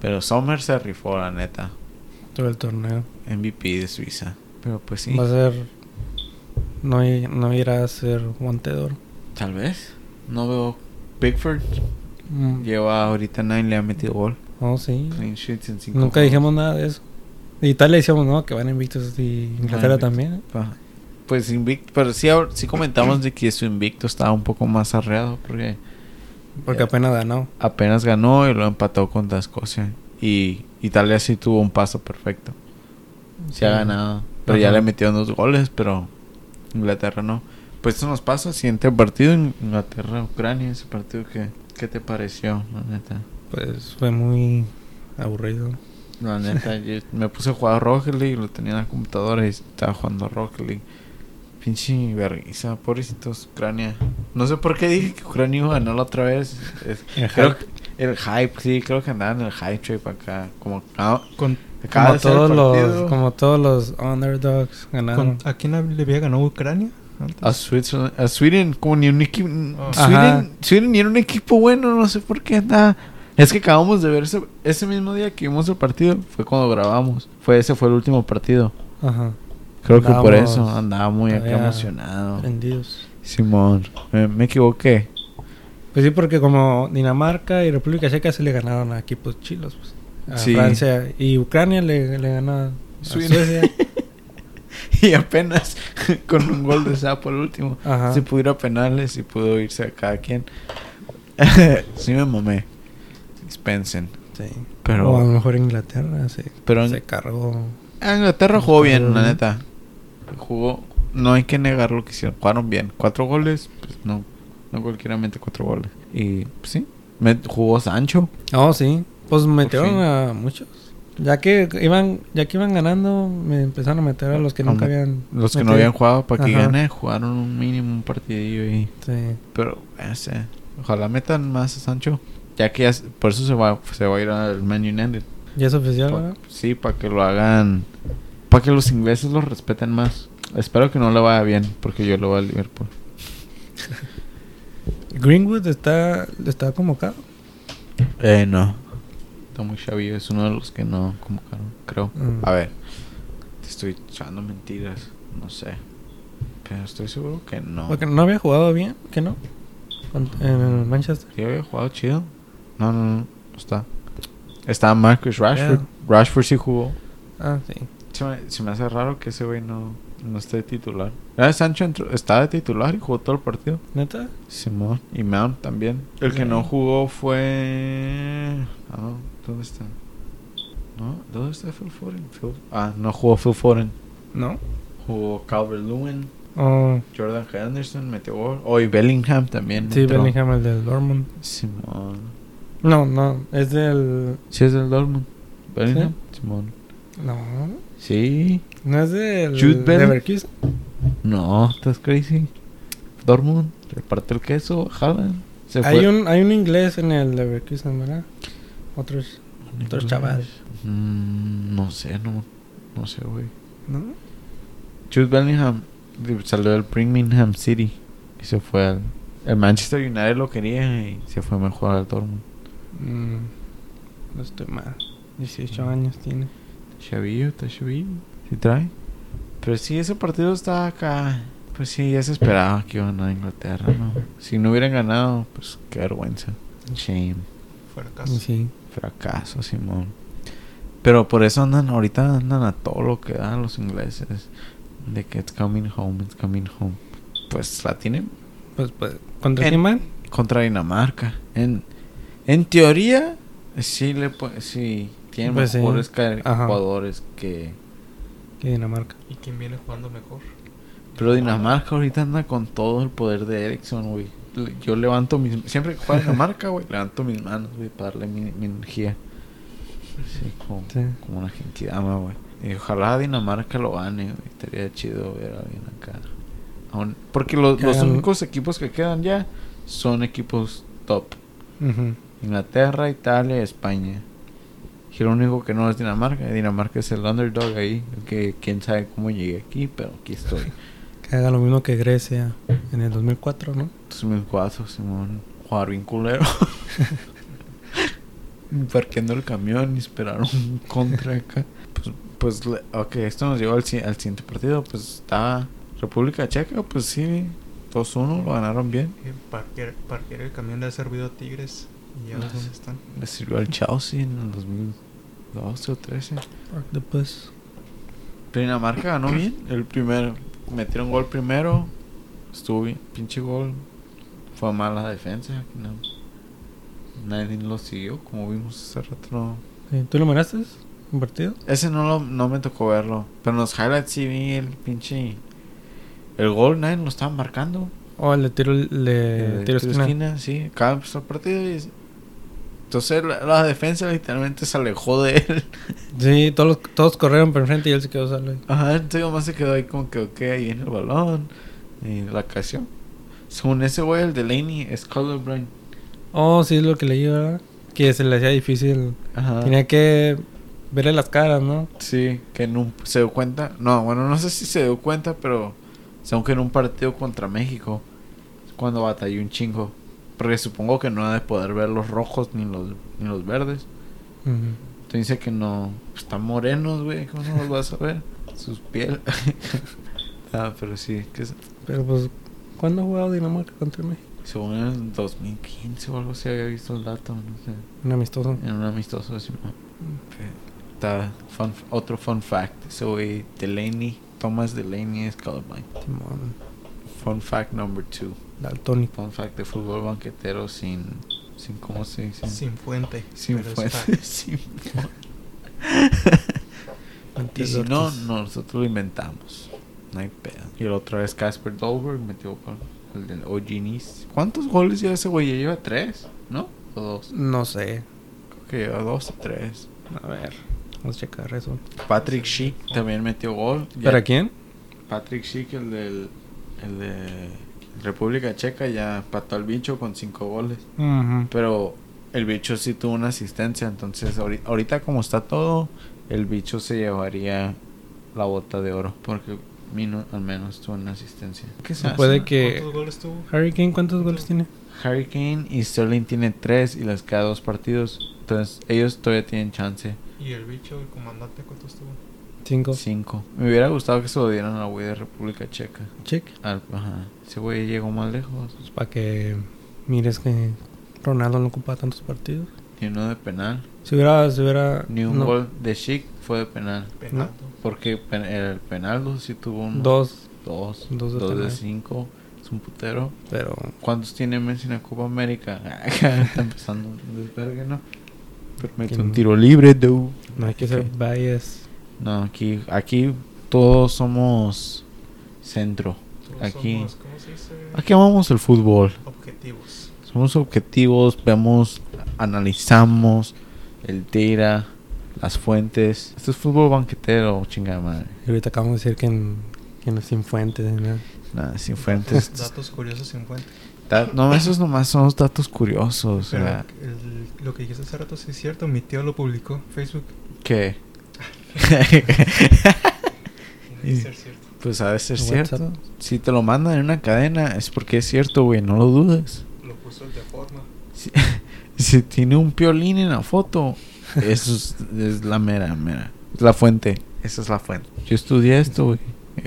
Speaker 1: Pero Sommer se rifó, la neta.
Speaker 4: Todo el torneo.
Speaker 1: MVP de Suiza. Pero pues sí.
Speaker 4: Va a ser. No, i- no irá a ser guante de oro.
Speaker 1: Tal vez. No veo. Pickford
Speaker 4: Mm.
Speaker 1: lleva ahorita 9 le ha metido gol.
Speaker 4: Oh, sí.
Speaker 1: Clean sheets en 5
Speaker 4: Nunca dijimos nada de eso. De Italia decíamos, no, que van invictos. Y Inglaterra
Speaker 1: invictos.
Speaker 4: también. ¿eh?
Speaker 1: Pa- Ah, Pues invicto, pero sí, ahor- sí comentamos de que su invicto estaba un poco más arreado porque
Speaker 4: Porque
Speaker 1: Ya.
Speaker 4: apenas ganó.
Speaker 1: apenas ganó y lo empató contra Escocia. Y Italia sí tuvo un paso perfecto. Sí, ha ganado, pero ya
Speaker 4: Ajá.
Speaker 1: le metieron dos goles, pero Inglaterra no. Pues eso nos pasa al siguiente partido, In- Inglaterra-Ucrania, ese partido que... ¿Qué te pareció, la neta?
Speaker 4: Pues fue muy aburrido.
Speaker 1: La neta, yo me puse a jugar Rocket League, lo tenía en la computadora y estaba jugando Rocket League. Pinche vergüenza, pobrecitos, Ucrania. No sé por qué dije que Ucrania iba a ganar la otra vez. Es-
Speaker 4: El
Speaker 1: creo que- el hype, sí, creo que andaban en el hype trip acá. Como acá-
Speaker 2: Con,
Speaker 1: acaba
Speaker 4: Como
Speaker 1: de ser el
Speaker 4: todos,
Speaker 1: partido.
Speaker 4: los, como todos los underdogs
Speaker 2: con-
Speaker 4: ganaron.
Speaker 2: ¿A quién le había ganado Ucrania? antes?
Speaker 1: A Switzerland, a Sweden, como ni un equipo.
Speaker 4: Oh.
Speaker 2: Ajá.
Speaker 1: Sweden, Sweden ni era un equipo bueno, no sé por qué anda. Es que acabamos de ver ese, ese mismo día que vimos el partido, fue cuando grabamos. Fue ese fue el último partido.
Speaker 4: Ajá.
Speaker 1: Creo que por
Speaker 4: Andábamos
Speaker 1: eso andaba muy acá
Speaker 4: todavía
Speaker 1: emocionado.
Speaker 4: Rendidos.
Speaker 1: Simón, me, me equivoqué.
Speaker 4: Pues sí, porque como Dinamarca y República Checa se le ganaron a equipos chilos. Pues. A
Speaker 1: Sí.
Speaker 4: Francia y Ucrania le, le ganó a a
Speaker 1: Sweden.
Speaker 4: Suecia.
Speaker 1: Y apenas con un gol de sapo al último.
Speaker 4: Ajá.
Speaker 1: Si pudiera penales y pudo irse a cada quien. sí me mamé. Dispensen.
Speaker 4: Sí.
Speaker 1: Pero-
Speaker 4: O a lo mejor Inglaterra se,
Speaker 1: Pero
Speaker 4: se cargó.
Speaker 1: Ah, Inglaterra jugó bien, la
Speaker 4: Ujú.
Speaker 1: neta. Jugó. No hay que negar lo que hicieron. Jugaron bien. Cuatro goles, pues no. No cualquiera mete cuatro goles. Y pues, sí. Met- jugó Sancho.
Speaker 4: Oh, sí. Pues metieron
Speaker 1: fin.
Speaker 4: a muchos. Ya que iban ya que iban ganando, me empezaron a meter a los que
Speaker 1: A
Speaker 4: nunca
Speaker 1: met-
Speaker 4: habían.
Speaker 1: Los que no
Speaker 4: metido.
Speaker 1: habían jugado para que
Speaker 4: Ajá.
Speaker 1: gane, jugaron un mínimo, un partidillo y.
Speaker 4: Sí.
Speaker 1: Pero, no sé. Ojalá metan más a Sancho. Ya que ya s- por eso se va, se va a ir al Man United.
Speaker 4: ¿Ya es oficial,
Speaker 1: Pa-
Speaker 4: verdad?
Speaker 1: sí, para que lo hagan. Para que los ingleses lo respeten más. Espero que no le vaya bien, porque yo lo voy a Liverpool.
Speaker 4: Greenwood está, está convocado.
Speaker 1: Eh, no. Está muy chavillo. Es uno de los que no convocaron, creo.
Speaker 4: Mm.
Speaker 1: A ver. Te estoy echando mentiras. No sé. Pero estoy seguro que no.
Speaker 4: Porque no había jugado bien, ¿que no? Con- En el Manchester.
Speaker 1: Yo había jugado chido. No, no, no. No está. Está Marcus Rashford.
Speaker 4: Yeah.
Speaker 1: Rashford sí jugó.
Speaker 4: Ah, sí.
Speaker 1: Se me, se me hace raro que ese güey no, no esté de titular. Ah, Sancho entró- estaba de titular y jugó todo el partido.
Speaker 4: ¿Neta?
Speaker 1: Simón. Y Mount también. El que no
Speaker 4: Yeah.
Speaker 1: jugó fue... Ah, ¿dónde está? ¿No? ¿Dónde está Phil Foden? Phil- Ah, no jugó Phil Foden.
Speaker 4: ¿No?
Speaker 1: Jugó Calvert-Lewin,
Speaker 4: Oh,
Speaker 1: Jordan Henderson, metió gol. Oh, y Bellingham también
Speaker 4: sí,
Speaker 1: entró.
Speaker 4: Bellingham, el del Dortmund.
Speaker 1: Simón.
Speaker 4: No, no, es del...
Speaker 1: Sí, es del Dortmund. Bellingham. Simón.
Speaker 4: No,
Speaker 1: Sí.
Speaker 4: no es del...
Speaker 1: Jude Bellingham.
Speaker 4: Leverkusen.
Speaker 1: No, estás crazy. Dortmund, reparte el queso, Haaland. Se
Speaker 4: Hay un, hay un inglés en el Leverkusen, ¿verdad? Otros, otros chaval.
Speaker 1: Mm, no sé, no, no sé, güey.
Speaker 4: ¿No?
Speaker 1: Jude Bellingham de- salió del Birmingham City y se fue al... El Manchester United lo quería y se fue mejor al Dortmund.
Speaker 4: Mm, no estoy mal. 18 años tiene.
Speaker 1: Chavillo, está chavillo. Sí trae. Pero sí, ese partido está acá. Pues sí, ya se esperaba que iban a Inglaterra, ¿no? Si no hubieran ganado, pues qué vergüenza. Shame.
Speaker 2: Fuera casa.
Speaker 4: Sí.
Speaker 1: Fracaso, Simón. Pero por eso andan, ahorita andan a todo lo que dan los ingleses. De que it's coming home, it's coming home. Pues la tienen
Speaker 4: Pues, pues, ¿contra
Speaker 1: En-
Speaker 4: quién van?
Speaker 1: contra Dinamarca. En, en teoría, sí, le, pue- sí tienen
Speaker 4: Pues sí.
Speaker 1: mejores ca-
Speaker 4: Ajá.
Speaker 1: jugadores que
Speaker 4: que Dinamarca.
Speaker 2: ¿Y quién viene jugando mejor?
Speaker 1: Pero Dinamarca ahorita anda con todo el poder de Ericsson, güey. Le- Yo levanto mis... Siempre que juega Dinamarca, güey, levanto mis manos, güey, para darle mi, mi energía. Sí, como,
Speaker 4: Sí.
Speaker 1: como una genkidama, güey. Y ojalá Dinamarca lo gane, güey. Estaría chido ver a alguien acá. A un- Porque los,
Speaker 4: Que
Speaker 1: los
Speaker 4: hagan-
Speaker 1: únicos equipos que quedan ya son equipos top.
Speaker 4: Ujú.
Speaker 1: Inglaterra, Italia, España. Y lo único que no es Dinamarca. Dinamarca es el underdog ahí. Que quién sabe cómo llegué aquí, pero aquí estoy.
Speaker 4: Que haga lo mismo que Grecia en el 2004, ¿no?
Speaker 1: 2004, Simón. Jugar bien culero. Parqueando el camión y esperaron un contra acá. Pues, pues le- ok, esto nos llevó al, si- al siguiente partido. Pues estaba República Checa, pues sí. 2-1, lo ganaron bien.
Speaker 2: Eh, Parquear, parquear el camión le ha servido a Tigres. ¿Y ya ves dónde están?
Speaker 1: Le sirvió al Chelsea en el 2012 o 13.
Speaker 4: Después.
Speaker 1: Pero Dinamarca ganó bien el primero. Metieron gol primero. Estuvo bien. Pinche gol. Fue mala defensa. que no- Nadie lo siguió, como vimos hace rato. no.
Speaker 4: Sí, ¿Tú lo miraste? ¿Un partido?
Speaker 1: Ese no, lo, no me tocó verlo. Pero en los highlights sí vi el pinche. El gol nadie lo estaba marcando.
Speaker 4: Oh, le tiro, le
Speaker 1: El Eh, tiro
Speaker 4: tiro esquina.
Speaker 1: esquina, sí. Acaba de empezar el partido y. Entonces la, la defensa literalmente se alejó de él.
Speaker 4: Sí, todos, los- todos corrieron por enfrente y él se quedó solo. ahí.
Speaker 1: Ajá, entonces nomás se quedó ahí como que, ok, ahí viene el balón. Y la canción. Según ese güey, el Delaney es colorblind.
Speaker 4: Oh, sí, es lo que leí, ¿verdad? Que se le hacía difícil.
Speaker 1: Ajá.
Speaker 4: Tenía que verle las caras, ¿no?
Speaker 1: Sí, que en un, se dio cuenta. No, bueno, no sé si se dio cuenta, pero según que en un partido contra México, es cuando batalló un chingo. Porque supongo que no ha de poder ver los rojos ni los, ni los verdes.
Speaker 4: Ujú.
Speaker 1: Entonces dice que no. pues, están morenos, güey. ¿Cómo no los vas a ver? Sus pieles. ah, pero sí, que es-
Speaker 4: Pero pues, ¿cuándo ha jugado Dinamarca contra México?
Speaker 1: Según en el 2015 o algo así había visto el dato, no sé.
Speaker 4: Un amistoso.
Speaker 1: En un amistoso, sí, ¿no? Está fun- otro fun fact. So, eh, Delaney, Thomas Delaney es colorblind.
Speaker 4: Simón.
Speaker 1: Fun fact number two.
Speaker 4: Daltónico.
Speaker 1: Fun fact de fútbol banquetero sin... sin ¿Cómo se dice?
Speaker 2: Sin fuente.
Speaker 1: Sin
Speaker 2: pero es
Speaker 1: fuente.
Speaker 2: fact.
Speaker 1: sin fu- y si
Speaker 4: Antes
Speaker 1: no,
Speaker 4: Ortiz.
Speaker 1: nosotros lo inventamos. No hay pedo. Y la otra vez Casper Dolberg metió con el del OG Nice. ¿Cuántos goles lleva ese güey? Ya lleva tres, ¿no? O dos.
Speaker 4: No sé.
Speaker 1: Creo que lleva dos o tres.
Speaker 4: A ver, vamos a checar eso.
Speaker 1: Patrick Schick también metió gol. Ya-
Speaker 4: ¿Para quién?
Speaker 1: Patrick Schick, el del el de República Checa, ya empató al bicho con cinco goles.
Speaker 4: Ujú.
Speaker 1: Pero el bicho sí tuvo una asistencia. Entonces, ahori- ahorita como está todo, el bicho se llevaría la bota de oro. Porque Mino al menos tuvo una asistencia. ¿Qué se hace,
Speaker 4: Ah, Puede
Speaker 1: no?
Speaker 4: que...
Speaker 2: ¿Cuántos goles tuvo?
Speaker 4: Harry Kane, ¿cuántos goles tiene?
Speaker 1: Harry Kane y Sterling tienen tres y les queda dos partidos. Entonces, ellos todavía tienen chance.
Speaker 2: ¿Y el bicho, el comandante, cuántos tuvo?
Speaker 4: Cinco.
Speaker 1: Cinco. Me hubiera gustado que se lo dieran a güey de República Checa.
Speaker 4: Check.
Speaker 1: Al- ajá. Ese güey llegó más lejos.
Speaker 4: Pues para que mires que Ronaldo no ocupa tantos partidos.
Speaker 1: Y uno de penal.
Speaker 4: Si hubiera... Si hubiera
Speaker 1: Ni un
Speaker 4: no,
Speaker 1: gol de Chic fue de penal.
Speaker 2: Penaldo.
Speaker 1: Porque pen- el penaldo sí tuvo uno.
Speaker 4: Dos.
Speaker 1: Dos.
Speaker 4: Dos de
Speaker 1: Dos de
Speaker 4: penal.
Speaker 1: cinco. Es un putero.
Speaker 4: Pero...
Speaker 1: ¿Cuántos tiene Messi en la Copa América? Está empezando un desvergue, ¿no? Pero mete
Speaker 4: ¿Quién?
Speaker 1: un tiro libre, dude.
Speaker 4: No hay que ser
Speaker 1: Ok.
Speaker 4: bias.
Speaker 1: No, aquí, aquí todos somos centro.
Speaker 2: Todos
Speaker 1: Aquí.
Speaker 2: somos, ¿Cómo se dice?
Speaker 1: Aquí amamos el fútbol.
Speaker 2: Objetivos.
Speaker 1: Somos objetivos, vemos, analizamos el tira, las fuentes. Esto es fútbol banquetero, chingada madre.
Speaker 4: Y ahorita acabamos de decir que, en, que no es sin fuentes. ni nada.
Speaker 1: Nada, sin fuentes.
Speaker 2: Datos curiosos sin fuente.
Speaker 1: Da- no, esos nomás son los datos curiosos.
Speaker 2: Pero
Speaker 1: ¿verdad?
Speaker 2: el- lo que dijiste hace rato sí es cierto. Mi tío lo publicó en Facebook.
Speaker 1: ¿Qué?
Speaker 2: Tiene que ser cierto.
Speaker 1: pues ha de ser
Speaker 4: WhatsApp.
Speaker 1: cierto. Si te lo mandan en una cadena es porque es cierto, güey, no lo dudes.
Speaker 2: Lo puso el de forma.
Speaker 1: Si, si tiene un piolín en la foto, eso es, es la mera, mera. Es la fuente. Esa es la fuente. Yo estudié esto, güey.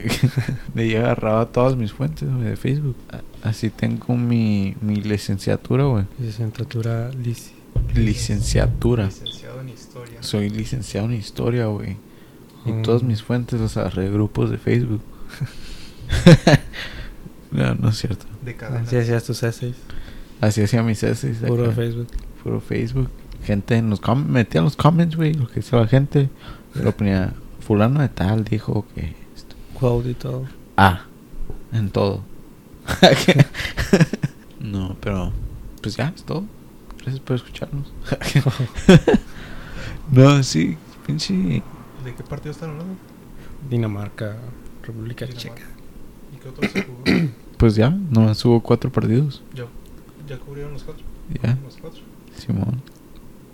Speaker 1: De yo agarraba todas mis fuentes, güey, de Facebook. A- Así tengo mi, mi licenciatura, güey.
Speaker 4: Licenciatura lic-
Speaker 1: Licenciatura.
Speaker 2: Licenciado en historia.
Speaker 1: Soy licenciado en historia, güey. Y
Speaker 4: Mm.
Speaker 1: todas mis fuentes las agarré de grupos de Facebook. no, no es cierto.
Speaker 2: De cadena.
Speaker 4: Así hacías tus essays.
Speaker 1: Así hacía mis essays. de
Speaker 4: Puro
Speaker 1: acá.
Speaker 4: Facebook. Eh.
Speaker 1: Puro Facebook. Gente en los com metía en los comments, güey, lo que hizo la gente. Yo lo ponía fulano de tal dijo que esto.
Speaker 4: Quote y todo.
Speaker 1: Ah, en todo. no, pero pues ya es todo. Gracias por escucharnos. no, sí, pinche.
Speaker 2: ¿De qué partido están hablando?
Speaker 4: Dinamarca, República
Speaker 2: Dinamarca.
Speaker 4: Checa.
Speaker 2: ¿Y qué otro se jugó?
Speaker 1: Pues ya, nomás hubo cuatro partidos.
Speaker 2: ya, ya cubrieron los cuatro.
Speaker 1: Ya,
Speaker 2: Los cuatro.
Speaker 1: Simón.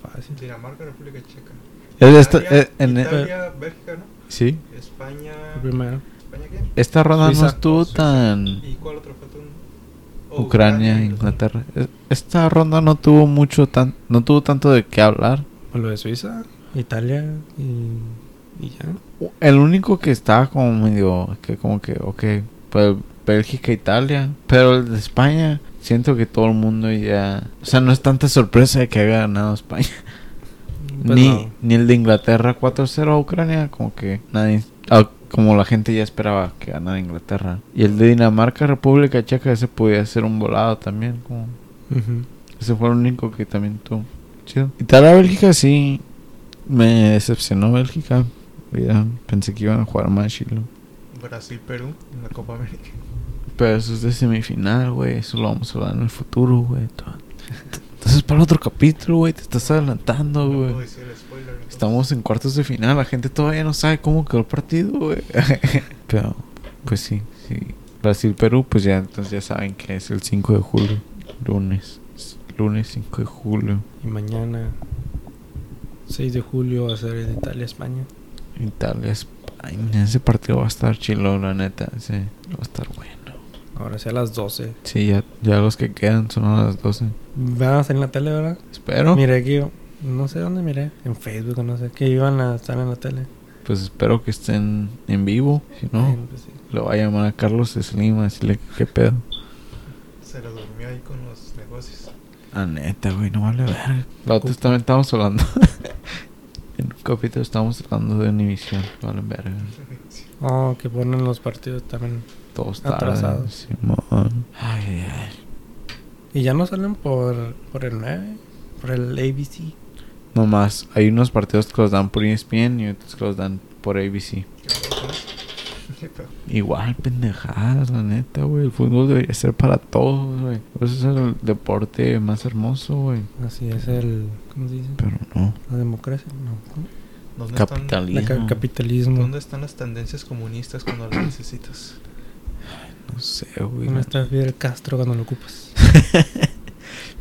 Speaker 4: Fácil.
Speaker 2: Dinamarca, República Checa.
Speaker 1: Es esta-
Speaker 2: Italia,
Speaker 1: eh, en-
Speaker 2: Italia, Bélgica, ¿no?
Speaker 1: Sí.
Speaker 2: España.
Speaker 4: El primero.
Speaker 2: ¿España qué?
Speaker 1: Esta ronda no
Speaker 4: Suiza.
Speaker 1: estuvo tan.
Speaker 2: ¿Y cuál otro fue tu- Oh,
Speaker 1: Ucrania, Inglaterra. Es- Esta ronda no tuvo mucho tan, no tuvo tanto de qué hablar.
Speaker 4: O lo de Suiza, Italia y, y ya.
Speaker 1: El único que estaba como medio que como que ok, pues Bélgica, Italia, pero el de España siento que todo el mundo ya, o sea, no es tanta sorpresa de que haya ganado España.
Speaker 4: Pues
Speaker 1: ni,
Speaker 4: no.
Speaker 1: ni el de Inglaterra 4-0 a Ucrania, como que nadie, ah, como la gente ya esperaba que ganara Inglaterra. Y el de Dinamarca, República Checa, ese podía ser un volado también, como
Speaker 4: Ujú.
Speaker 1: ese fue el único que también tuvo. Chido. Italia, Bélgica sí. Me decepcionó Bélgica. Ya, pensé que iban a jugar más chilo.
Speaker 2: Brasil, Perú, en la Copa América.
Speaker 1: Pero eso es de semifinal, güey. Eso lo vamos a hablar en el futuro, güey. To- Entonces, para el otro capítulo, güey. Te estás adelantando,
Speaker 2: No puedo
Speaker 1: güey.
Speaker 2: decir el spoiler. entonces.
Speaker 1: Estamos en cuartos de final. La gente todavía no sabe cómo quedó el partido, güey. Pero, pues sí, sí. Brasil-Perú, pues ya, entonces ya saben que es el 5 de julio. Lunes. Lunes 5 de julio.
Speaker 4: Y mañana, 6 de julio, va a ser el de Italia, España.
Speaker 1: Italia, España. Ese partido va a estar chilón, la neta. Sí, va a estar bueno.
Speaker 4: Ahora sea a las 12.
Speaker 1: Sí, ya, ya los que quedan son a las 12.
Speaker 4: Van a salir en la tele, ¿verdad?
Speaker 1: Espero.
Speaker 4: Miré que no sé dónde miré, en Facebook o no sé, que iban a estar en la tele.
Speaker 1: Pues espero que estén en vivo. Si no,
Speaker 4: Ay, pues sí.
Speaker 1: lo va a llamar a Carlos Slim a decirle qué pedo.
Speaker 2: Se lo durmió ahí con los negocios.
Speaker 1: La neta, güey, no vale ver. La otra también estábamos hablando. en un capítulo estábamos hablando de Univision. No vale verga.
Speaker 4: Oh, que ponen los partidos también.
Speaker 1: Todos tardan,
Speaker 4: Atrasados.
Speaker 1: Simón. Ay, ay, ay.
Speaker 4: Y ya no salen por, por el 9, por el ABC.
Speaker 1: Nomás, hay unos partidos que los dan por E ESPN y otros que los dan por ABC.
Speaker 2: ¿Qué pedo con eso? ¿Qué pedo?
Speaker 1: Igual, pendejadas, la neta, güey. El fútbol debería ser para todos, güey. Por eso es el deporte más hermoso, güey.
Speaker 4: Así es el. ¿Cómo se dice?
Speaker 1: Pero no.
Speaker 4: La democracia. No, ¿cómo?
Speaker 2: ¿Dónde están,
Speaker 4: La ca-
Speaker 1: Capitalismo.
Speaker 4: capitalismo.
Speaker 2: ¿Dónde están las tendencias comunistas cuando las necesitas?
Speaker 1: No sé, güey.
Speaker 4: ¿Dónde está Fidel Castro cuando lo ocupas?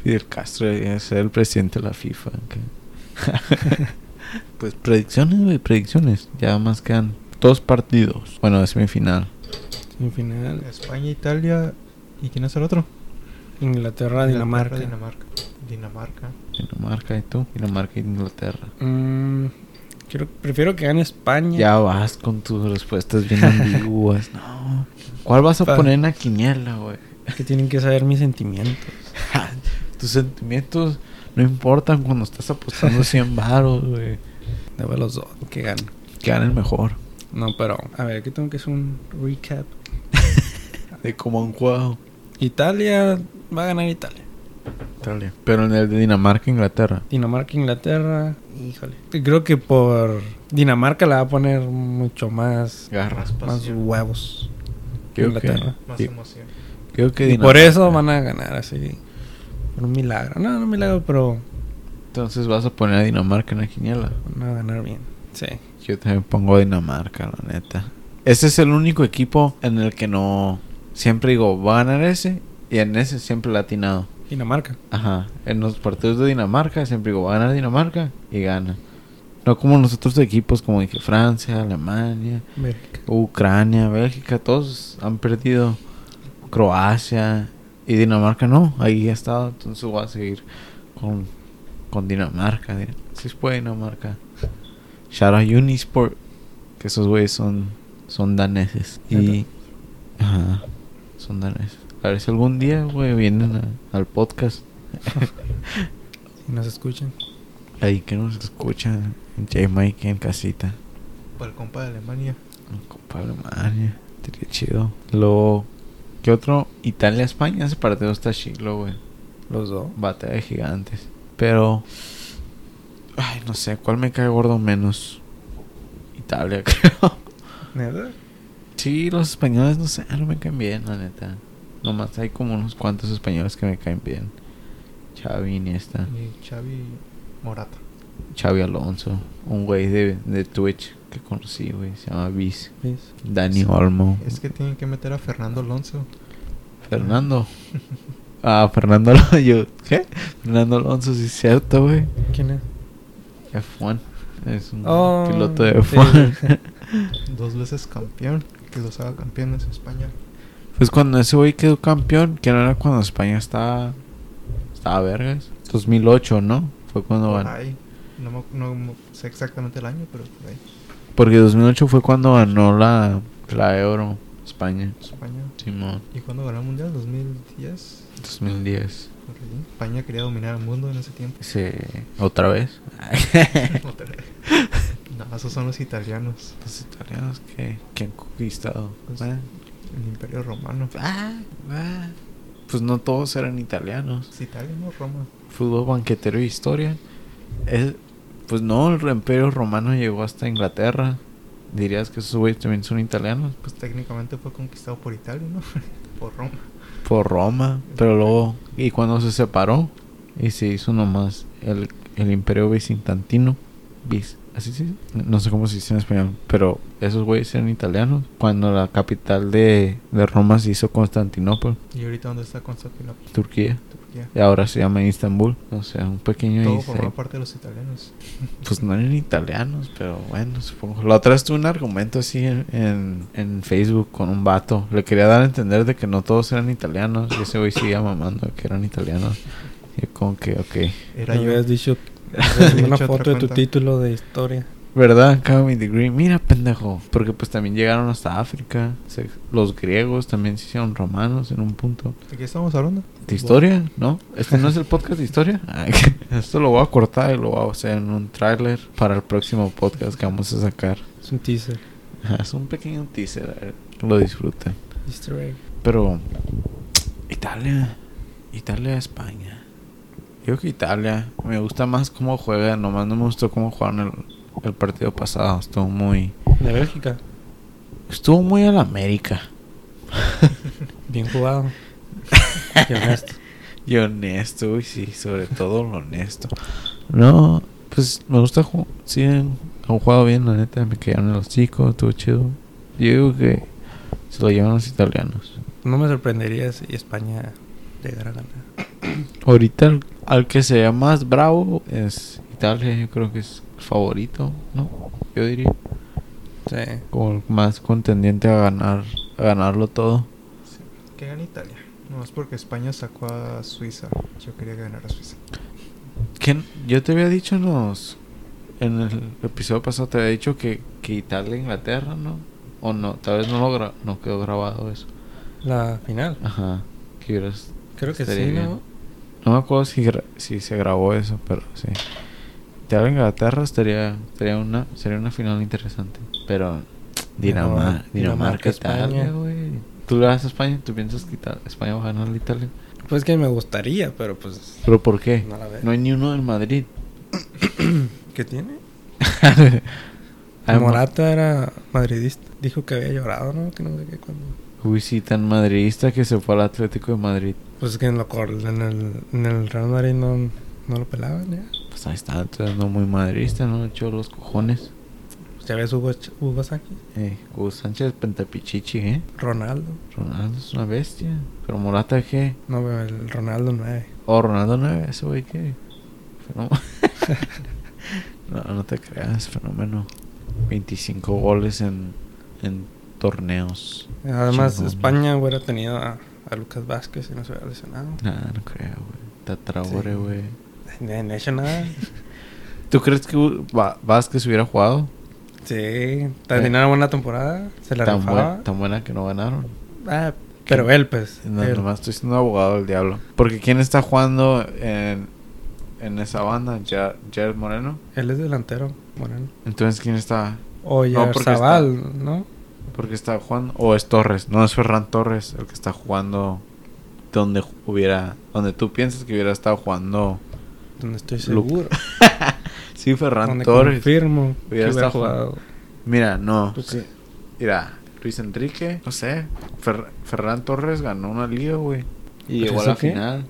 Speaker 1: Fidel Castro debería ser el presidente de la FIFA. que- pues predicciones, güey, predicciones. Ya más quedan dos partidos. Bueno, de semifinal.
Speaker 4: En final,
Speaker 2: España, Italia. ¿Y quién es el otro?
Speaker 4: Inglaterra, Dinamarca.
Speaker 2: Dinamarca. Dinamarca.
Speaker 1: Dinamarca y tú. Dinamarca e Inglaterra.
Speaker 4: Mm, quiero- prefiero que gane España.
Speaker 1: Ya vas con tus respuestas bien ambiguas. No. ¿Cuál vas a
Speaker 4: Pa-
Speaker 1: poner en la quiniela, güey?
Speaker 4: Que tienen que saber mis sentimientos.
Speaker 1: Tus sentimientos no importan cuando estás apostando 100 varos, güey.
Speaker 4: Debo a los dos que ganen.
Speaker 1: Que ganen mejor.
Speaker 4: No, pero. A ver, aquí tengo que hacer un recap.
Speaker 1: De como han jugado.
Speaker 4: Italia va a ganar Italia.
Speaker 1: Pero en el de Dinamarca, Inglaterra.
Speaker 4: Dinamarca, Inglaterra. Híjole. Creo que por Dinamarca la va a poner mucho más,
Speaker 1: Garras.
Speaker 4: más
Speaker 2: pasión,
Speaker 4: huevos. que
Speaker 1: Creo que,
Speaker 4: Inglaterra.
Speaker 2: Más
Speaker 1: Sí.
Speaker 2: emoción.
Speaker 1: creo que
Speaker 4: Y
Speaker 1: Dinamarca.
Speaker 4: por eso van a ganar así. Por un milagro. No, no un milagro, pero
Speaker 1: Entonces vas a poner a Dinamarca en la quiniela.
Speaker 4: van a ganar bien. Sí.
Speaker 1: Yo también pongo a Dinamarca, la neta. Ese es el único equipo en el que no... Siempre digo, va a ganar ese. Y en ese siempre latinado.
Speaker 4: Dinamarca.
Speaker 1: Ajá. En los partidos de Dinamarca siempre digo, va a ganar Dinamarca y gana. No como los otros equipos como dije, Francia, Alemania,
Speaker 4: Bélgica.
Speaker 1: Ucrania, Bélgica, todos han perdido. Croacia y Dinamarca no, ahí ha estado, entonces voy a seguir con, con Dinamarca. Di- Si fue Dinamarca. Shout out Unisport, que esos güeyes son, son daneses. Y. Ajá, son daneses. A ver si algún día, güey, vienen a- al podcast.
Speaker 4: Si nos escuchan.
Speaker 1: Ahí que nos escuchan en Jamaica en casita.
Speaker 2: Para el compa de Alemania.
Speaker 1: Copa Alemania. Sería chido. Luego, ¿qué otro? Italia-España. Ese partido está chido, güey.
Speaker 4: Los dos.
Speaker 1: Batalla de gigantes. Pero, ay, no sé, ¿cuál me cae gordo menos? Italia, creo.
Speaker 4: ¿Neta?
Speaker 1: Sí, los españoles, no sé, no me caen bien, la neta. Nomás hay como unos cuantos españoles que me caen bien. Xavi Iniesta,
Speaker 2: Y Xavi Morata.
Speaker 1: Xavi Alonso, un güey de, de Twitch que conocí, güey, se llama Viz.
Speaker 4: ¿Ves?
Speaker 1: Dani Olmo.
Speaker 2: Es que tienen que meter a Fernando Alonso.
Speaker 1: Fernando. Ah, Fernando Alonso, yo, ¿qué? Fernando Alonso, sí es cierto, güey.
Speaker 4: ¿Quién es?
Speaker 1: F1. Es un
Speaker 4: Oh,
Speaker 1: piloto de
Speaker 4: sí.
Speaker 1: F1.
Speaker 2: Dos veces campeón. Que los haga campeones en España.
Speaker 1: Pues cuando ese güey quedó campeón, que no era cuando España estaba. Estaba vergas. 2008, ¿no? Fue cuando
Speaker 2: Por
Speaker 1: ganó.
Speaker 2: ahí. No, me- no me- sé exactamente el año, pero por ahí.
Speaker 1: Porque 2008 fue cuando ganó la, la Euro España.
Speaker 2: España.
Speaker 1: Simón,
Speaker 2: ¿Y cuándo ganó el mundial? ¿2010?
Speaker 1: 2010.
Speaker 2: Por ahí. España quería dominar el mundo en ese tiempo.
Speaker 1: Sí. ¿Otra vez?
Speaker 2: Otra vez. no, esos son los italianos.
Speaker 1: Los italianos que, que han conquistado.
Speaker 2: Pues-
Speaker 1: Ah,
Speaker 2: El imperio romano.
Speaker 1: ah, ah. Pues no todos eran italianos.
Speaker 2: Es Pues, Italia, no Roma.
Speaker 1: Fútbol, banquetero y historia. Es- pues no, el imperio romano llegó hasta Inglaterra. Dirías que esos güeyes también son italianos.
Speaker 2: Pues técnicamente fue conquistado por Italia, ¿no? por Roma.
Speaker 1: Por Roma, pero luego, y cuando se separó, y se hizo nomás el, el imperio bizantino, bis, así sí, no sé cómo se dice en español, pero esos güeyes eran italianos, cuando la capital de, de Roma se hizo Constantinopla,
Speaker 2: ¿Y ahorita dónde está Constantinopla?
Speaker 1: Turquía,
Speaker 2: Turquía.
Speaker 1: y ahora se llama Istambul, o sea, un pequeño
Speaker 2: Todo
Speaker 1: ise-
Speaker 2: formaba parte de los italianos.
Speaker 1: pues no eran italianos, pero bueno, supongo. La otra vez tuve un argumento así en, en, en Facebook con un vato. Le quería dar a entender de que no todos eran italianos. Y ese güey seguía mamando que eran italianos. Y yo como que, ok.
Speaker 2: Era
Speaker 4: Me
Speaker 2: yo.
Speaker 4: habías dicho
Speaker 2: Habías
Speaker 4: una
Speaker 2: dicho otra
Speaker 4: foto de tu
Speaker 2: cuenta.
Speaker 4: título de historia.
Speaker 1: ¿Verdad? Acaba mi degree. Mira, pendejo. Porque pues también llegaron hasta África. Se- los griegos también se hicieron romanos en un punto.
Speaker 2: ¿De qué estamos hablando?
Speaker 1: ¿De historia? ¿No? ¿Este no es el podcast de historia? Ay, Esto lo voy a cortar y lo voy a hacer en un tráiler para el próximo podcast que vamos a sacar.
Speaker 4: Es un teaser.
Speaker 1: Ajá, Es un pequeño teaser, a ver, que lo disfruten.
Speaker 4: Easter egg.
Speaker 1: Pero Italia, Italia, España. Yo que Italia, me gusta más cómo juega, nomás no me gustó cómo jugaron el, el partido pasado. Estuvo muy,
Speaker 4: De Bélgica.
Speaker 1: estuvo muy a la América.
Speaker 4: Bien jugado. Y honesto.
Speaker 1: Y honesto, y sí, sobre todo lo honesto. No, pues me gusta, ju- sí, han han jugado bien, la neta, me quedaron los chicos, estuvo chido. Yo digo que se lo llevan los italianos.
Speaker 4: No me sorprendería si España llegara a ganar.
Speaker 1: Ahorita al, al que se vea más bravo es Italia, yo creo que es el favorito, ¿no? Yo diría,
Speaker 4: Sí.
Speaker 1: como el más contendiente a ganar, a ganarlo todo.
Speaker 2: Que gana Italia. No, es porque España sacó a Suiza. Yo quería ganar a Suiza.
Speaker 1: ¿Quién? Yo te había dicho en los- en el episodio pasado te había dicho que, que Italia e Inglaterra, ¿no? O no, tal vez no lo gra- no quedó grabado eso.
Speaker 4: La final.
Speaker 1: Ajá. Que hubieras-
Speaker 4: Creo
Speaker 1: Ah,
Speaker 4: que
Speaker 1: estaría
Speaker 4: sí,
Speaker 1: bien.
Speaker 4: ¿no?
Speaker 1: No me acuerdo si, gra- si se grabó eso, pero sí. Italia e Inglaterra estaría, estaría una, sería una final interesante. Pero Dinamar-
Speaker 4: Dinamarca,
Speaker 1: Dinamarca, Italia,
Speaker 4: España.
Speaker 1: güey. ¿Tú le vas a España? ¿Tú piensas que Ita- España va a ganar a Italia?
Speaker 4: Pues que me gustaría, pero pues.
Speaker 1: ¿Pero por qué?
Speaker 4: No la veo.
Speaker 1: No hay ni uno en Madrid.
Speaker 4: ¿Qué tiene?
Speaker 1: Ay, mo-
Speaker 4: Morata era madridista. Dijo que había llorado, ¿no? Que no sé qué cuando.
Speaker 1: Uy, sí, tan madridista que se fue al Atlético de Madrid.
Speaker 4: Pues que en, lo, cor- en, el, en el Real Madrid no, no lo pelaban, ¿ya?
Speaker 1: Pues ahí está, entonces no muy madridista, ¿no? Echó los cojones.
Speaker 4: Pues ya ves Hugo, Ch- Hugo Sánchez.
Speaker 1: Eh, Hugo Sánchez Pentapichichi, ¿eh?
Speaker 4: Ronaldo.
Speaker 1: Ronaldo es una bestia. Pero Morata, ¿qué?
Speaker 4: No, pero el Ronaldo 9.
Speaker 1: Oh, Ronaldo 9, ese güey que. Fenómeno. no, no te creas, fenómeno. 25 goles en, en torneos.
Speaker 4: Además,
Speaker 1: Chingón.
Speaker 4: España hubiera tenido a, a Lucas Vázquez y no se hubiera lesionado.
Speaker 1: Nah, no creo, güey. Te Traoré,
Speaker 4: Sí.
Speaker 1: güey.
Speaker 4: No, no he hecho nada.
Speaker 1: ¿Tú crees que Hu- Va- Vázquez hubiera jugado?
Speaker 4: Sí, terminó una buena temporada. Se la
Speaker 1: Eh. Tan,
Speaker 4: rifaba.
Speaker 1: buen- tan buena que no ganaron.
Speaker 4: Ah, pero él, pues.
Speaker 1: No,
Speaker 4: él.
Speaker 1: nomás estoy siendo abogado del diablo. Porque ¿quién está jugando en, en esa banda? Ja- ¿Jared Moreno?
Speaker 4: Él es delantero, Moreno.
Speaker 1: Entonces, ¿quién está?
Speaker 4: O
Speaker 1: No, porque está-
Speaker 4: Yarzabal, ¿no?
Speaker 1: Porque está jugando. O es Torres. No, es Ferran Torres el que está jugando donde ju- hubiera. Donde tú piensas que hubiera estado jugando.
Speaker 4: Donde estoy
Speaker 1: Lu-
Speaker 4: seguro.
Speaker 1: Sí, Ferran
Speaker 4: Donde
Speaker 1: Torres.
Speaker 4: confirmo que
Speaker 1: Hubiera
Speaker 4: hubiera
Speaker 1: estado
Speaker 4: jugado.
Speaker 1: Mira, no.
Speaker 4: ¿Tú
Speaker 1: sí.
Speaker 4: crees?
Speaker 1: Mira, Luis Enrique, no sé. Fer- Ferran Torres ganó una liga, güey. Y llegó a
Speaker 4: ¿Eso
Speaker 1: la
Speaker 4: qué?
Speaker 1: final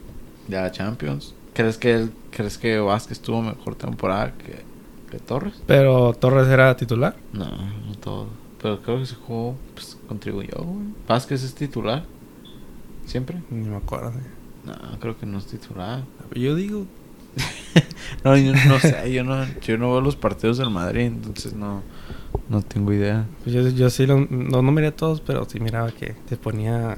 Speaker 1: de la Champions. ¿Crees que él, crees que Vázquez tuvo mejor temporada que, que Torres?
Speaker 4: Pero Torres era titular.
Speaker 1: No, no todo. Pero creo que ese juego pues, contribuyó, güey. ¿Vázquez es titular? ¿Siempre?
Speaker 4: Ni me acuerdo.
Speaker 1: No, creo que no es titular.
Speaker 4: Yo digo.
Speaker 1: No, yo no sé, yo no, yo no veo los partidos del Madrid, entonces no, no tengo idea.
Speaker 4: Pues yo, yo sí, lo- no, no miré todos, pero sí miraba que te ponía.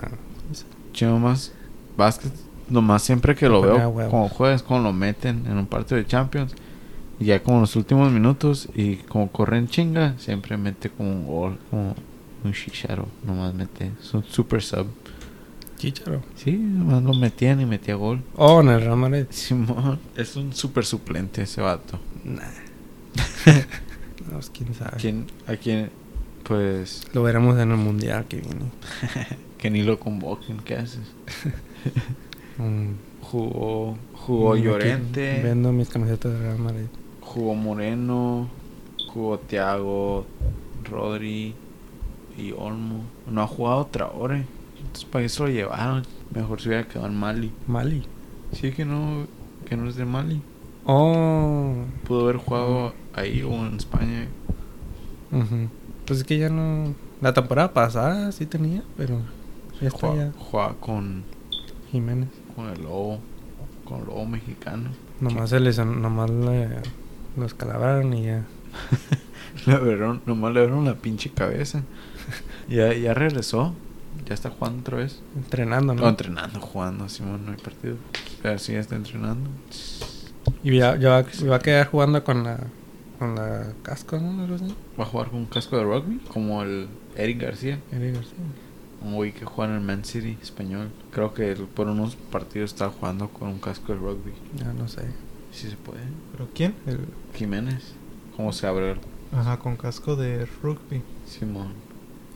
Speaker 1: Yo nomás, Vázquez, nomás siempre que lo
Speaker 4: Ponía
Speaker 1: veo,
Speaker 4: huevos.
Speaker 1: como juegas, como lo meten en un partido de Champions, y ya como los últimos minutos, y como corren chinga, siempre mete como un gol, como un chicharo, nomás mete, es un super sub.
Speaker 4: Chicharo.
Speaker 1: Sí, nomás lo metían y metía gol.
Speaker 4: Oh, en el Real Madrid.
Speaker 1: Simón, es un super suplente ese vato.
Speaker 4: Nah. no, pues quién sabe.
Speaker 1: ¿Quién, a quién, pues,
Speaker 4: Lo veremos en el mundial que viene.
Speaker 1: que ni lo convoquen, ¿qué haces?
Speaker 4: Mm.
Speaker 1: Jugó, jugó
Speaker 4: Aquí
Speaker 1: Llorente,
Speaker 4: Vendo mis camisetas de Real Madrid.
Speaker 1: jugó Moreno, jugó Thiago, Rodri y Olmo. No ha jugado Traore. Entonces para eso lo llevaron. Mejor se hubiera quedado en Mali.
Speaker 4: Mali.
Speaker 1: Sí que no, que no es de Mali.
Speaker 4: Oh.
Speaker 1: Pudo haber jugado ahí o en España.
Speaker 4: Ujú. Pues es que ya no. La temporada pasada sí tenía, pero. Ya está
Speaker 1: Jugaba,
Speaker 4: ya.
Speaker 1: jugaba con,
Speaker 4: Jiménez.
Speaker 1: con el lobo. Con el lobo mexicano.
Speaker 4: Nomás se les. Nomás le, lo escalabraron y ya.
Speaker 1: Le vieron, nomás le vieron la pinche cabeza. ya, ya regresó. Ya está jugando otra vez.
Speaker 4: Entrenando, ¿no?
Speaker 1: No, entrenando, jugando, Simón, no hay partido. Pero sí está entrenando.
Speaker 4: y ya, ya va, va a quedar jugando con la. Con la casco, ¿no? Algo así.
Speaker 1: Va a jugar con un casco de rugby, como el Eric García,
Speaker 4: Eric García.
Speaker 1: un güey que juega en el Man City español. Creo que él por unos partidos está jugando con un casco de rugby.
Speaker 4: Ya no sé.
Speaker 1: Si se puede.
Speaker 2: ¿Pero quién?
Speaker 4: El,
Speaker 1: Jiménez, ¿cómo se abre?
Speaker 2: Ajá, con casco de rugby.
Speaker 1: Simón.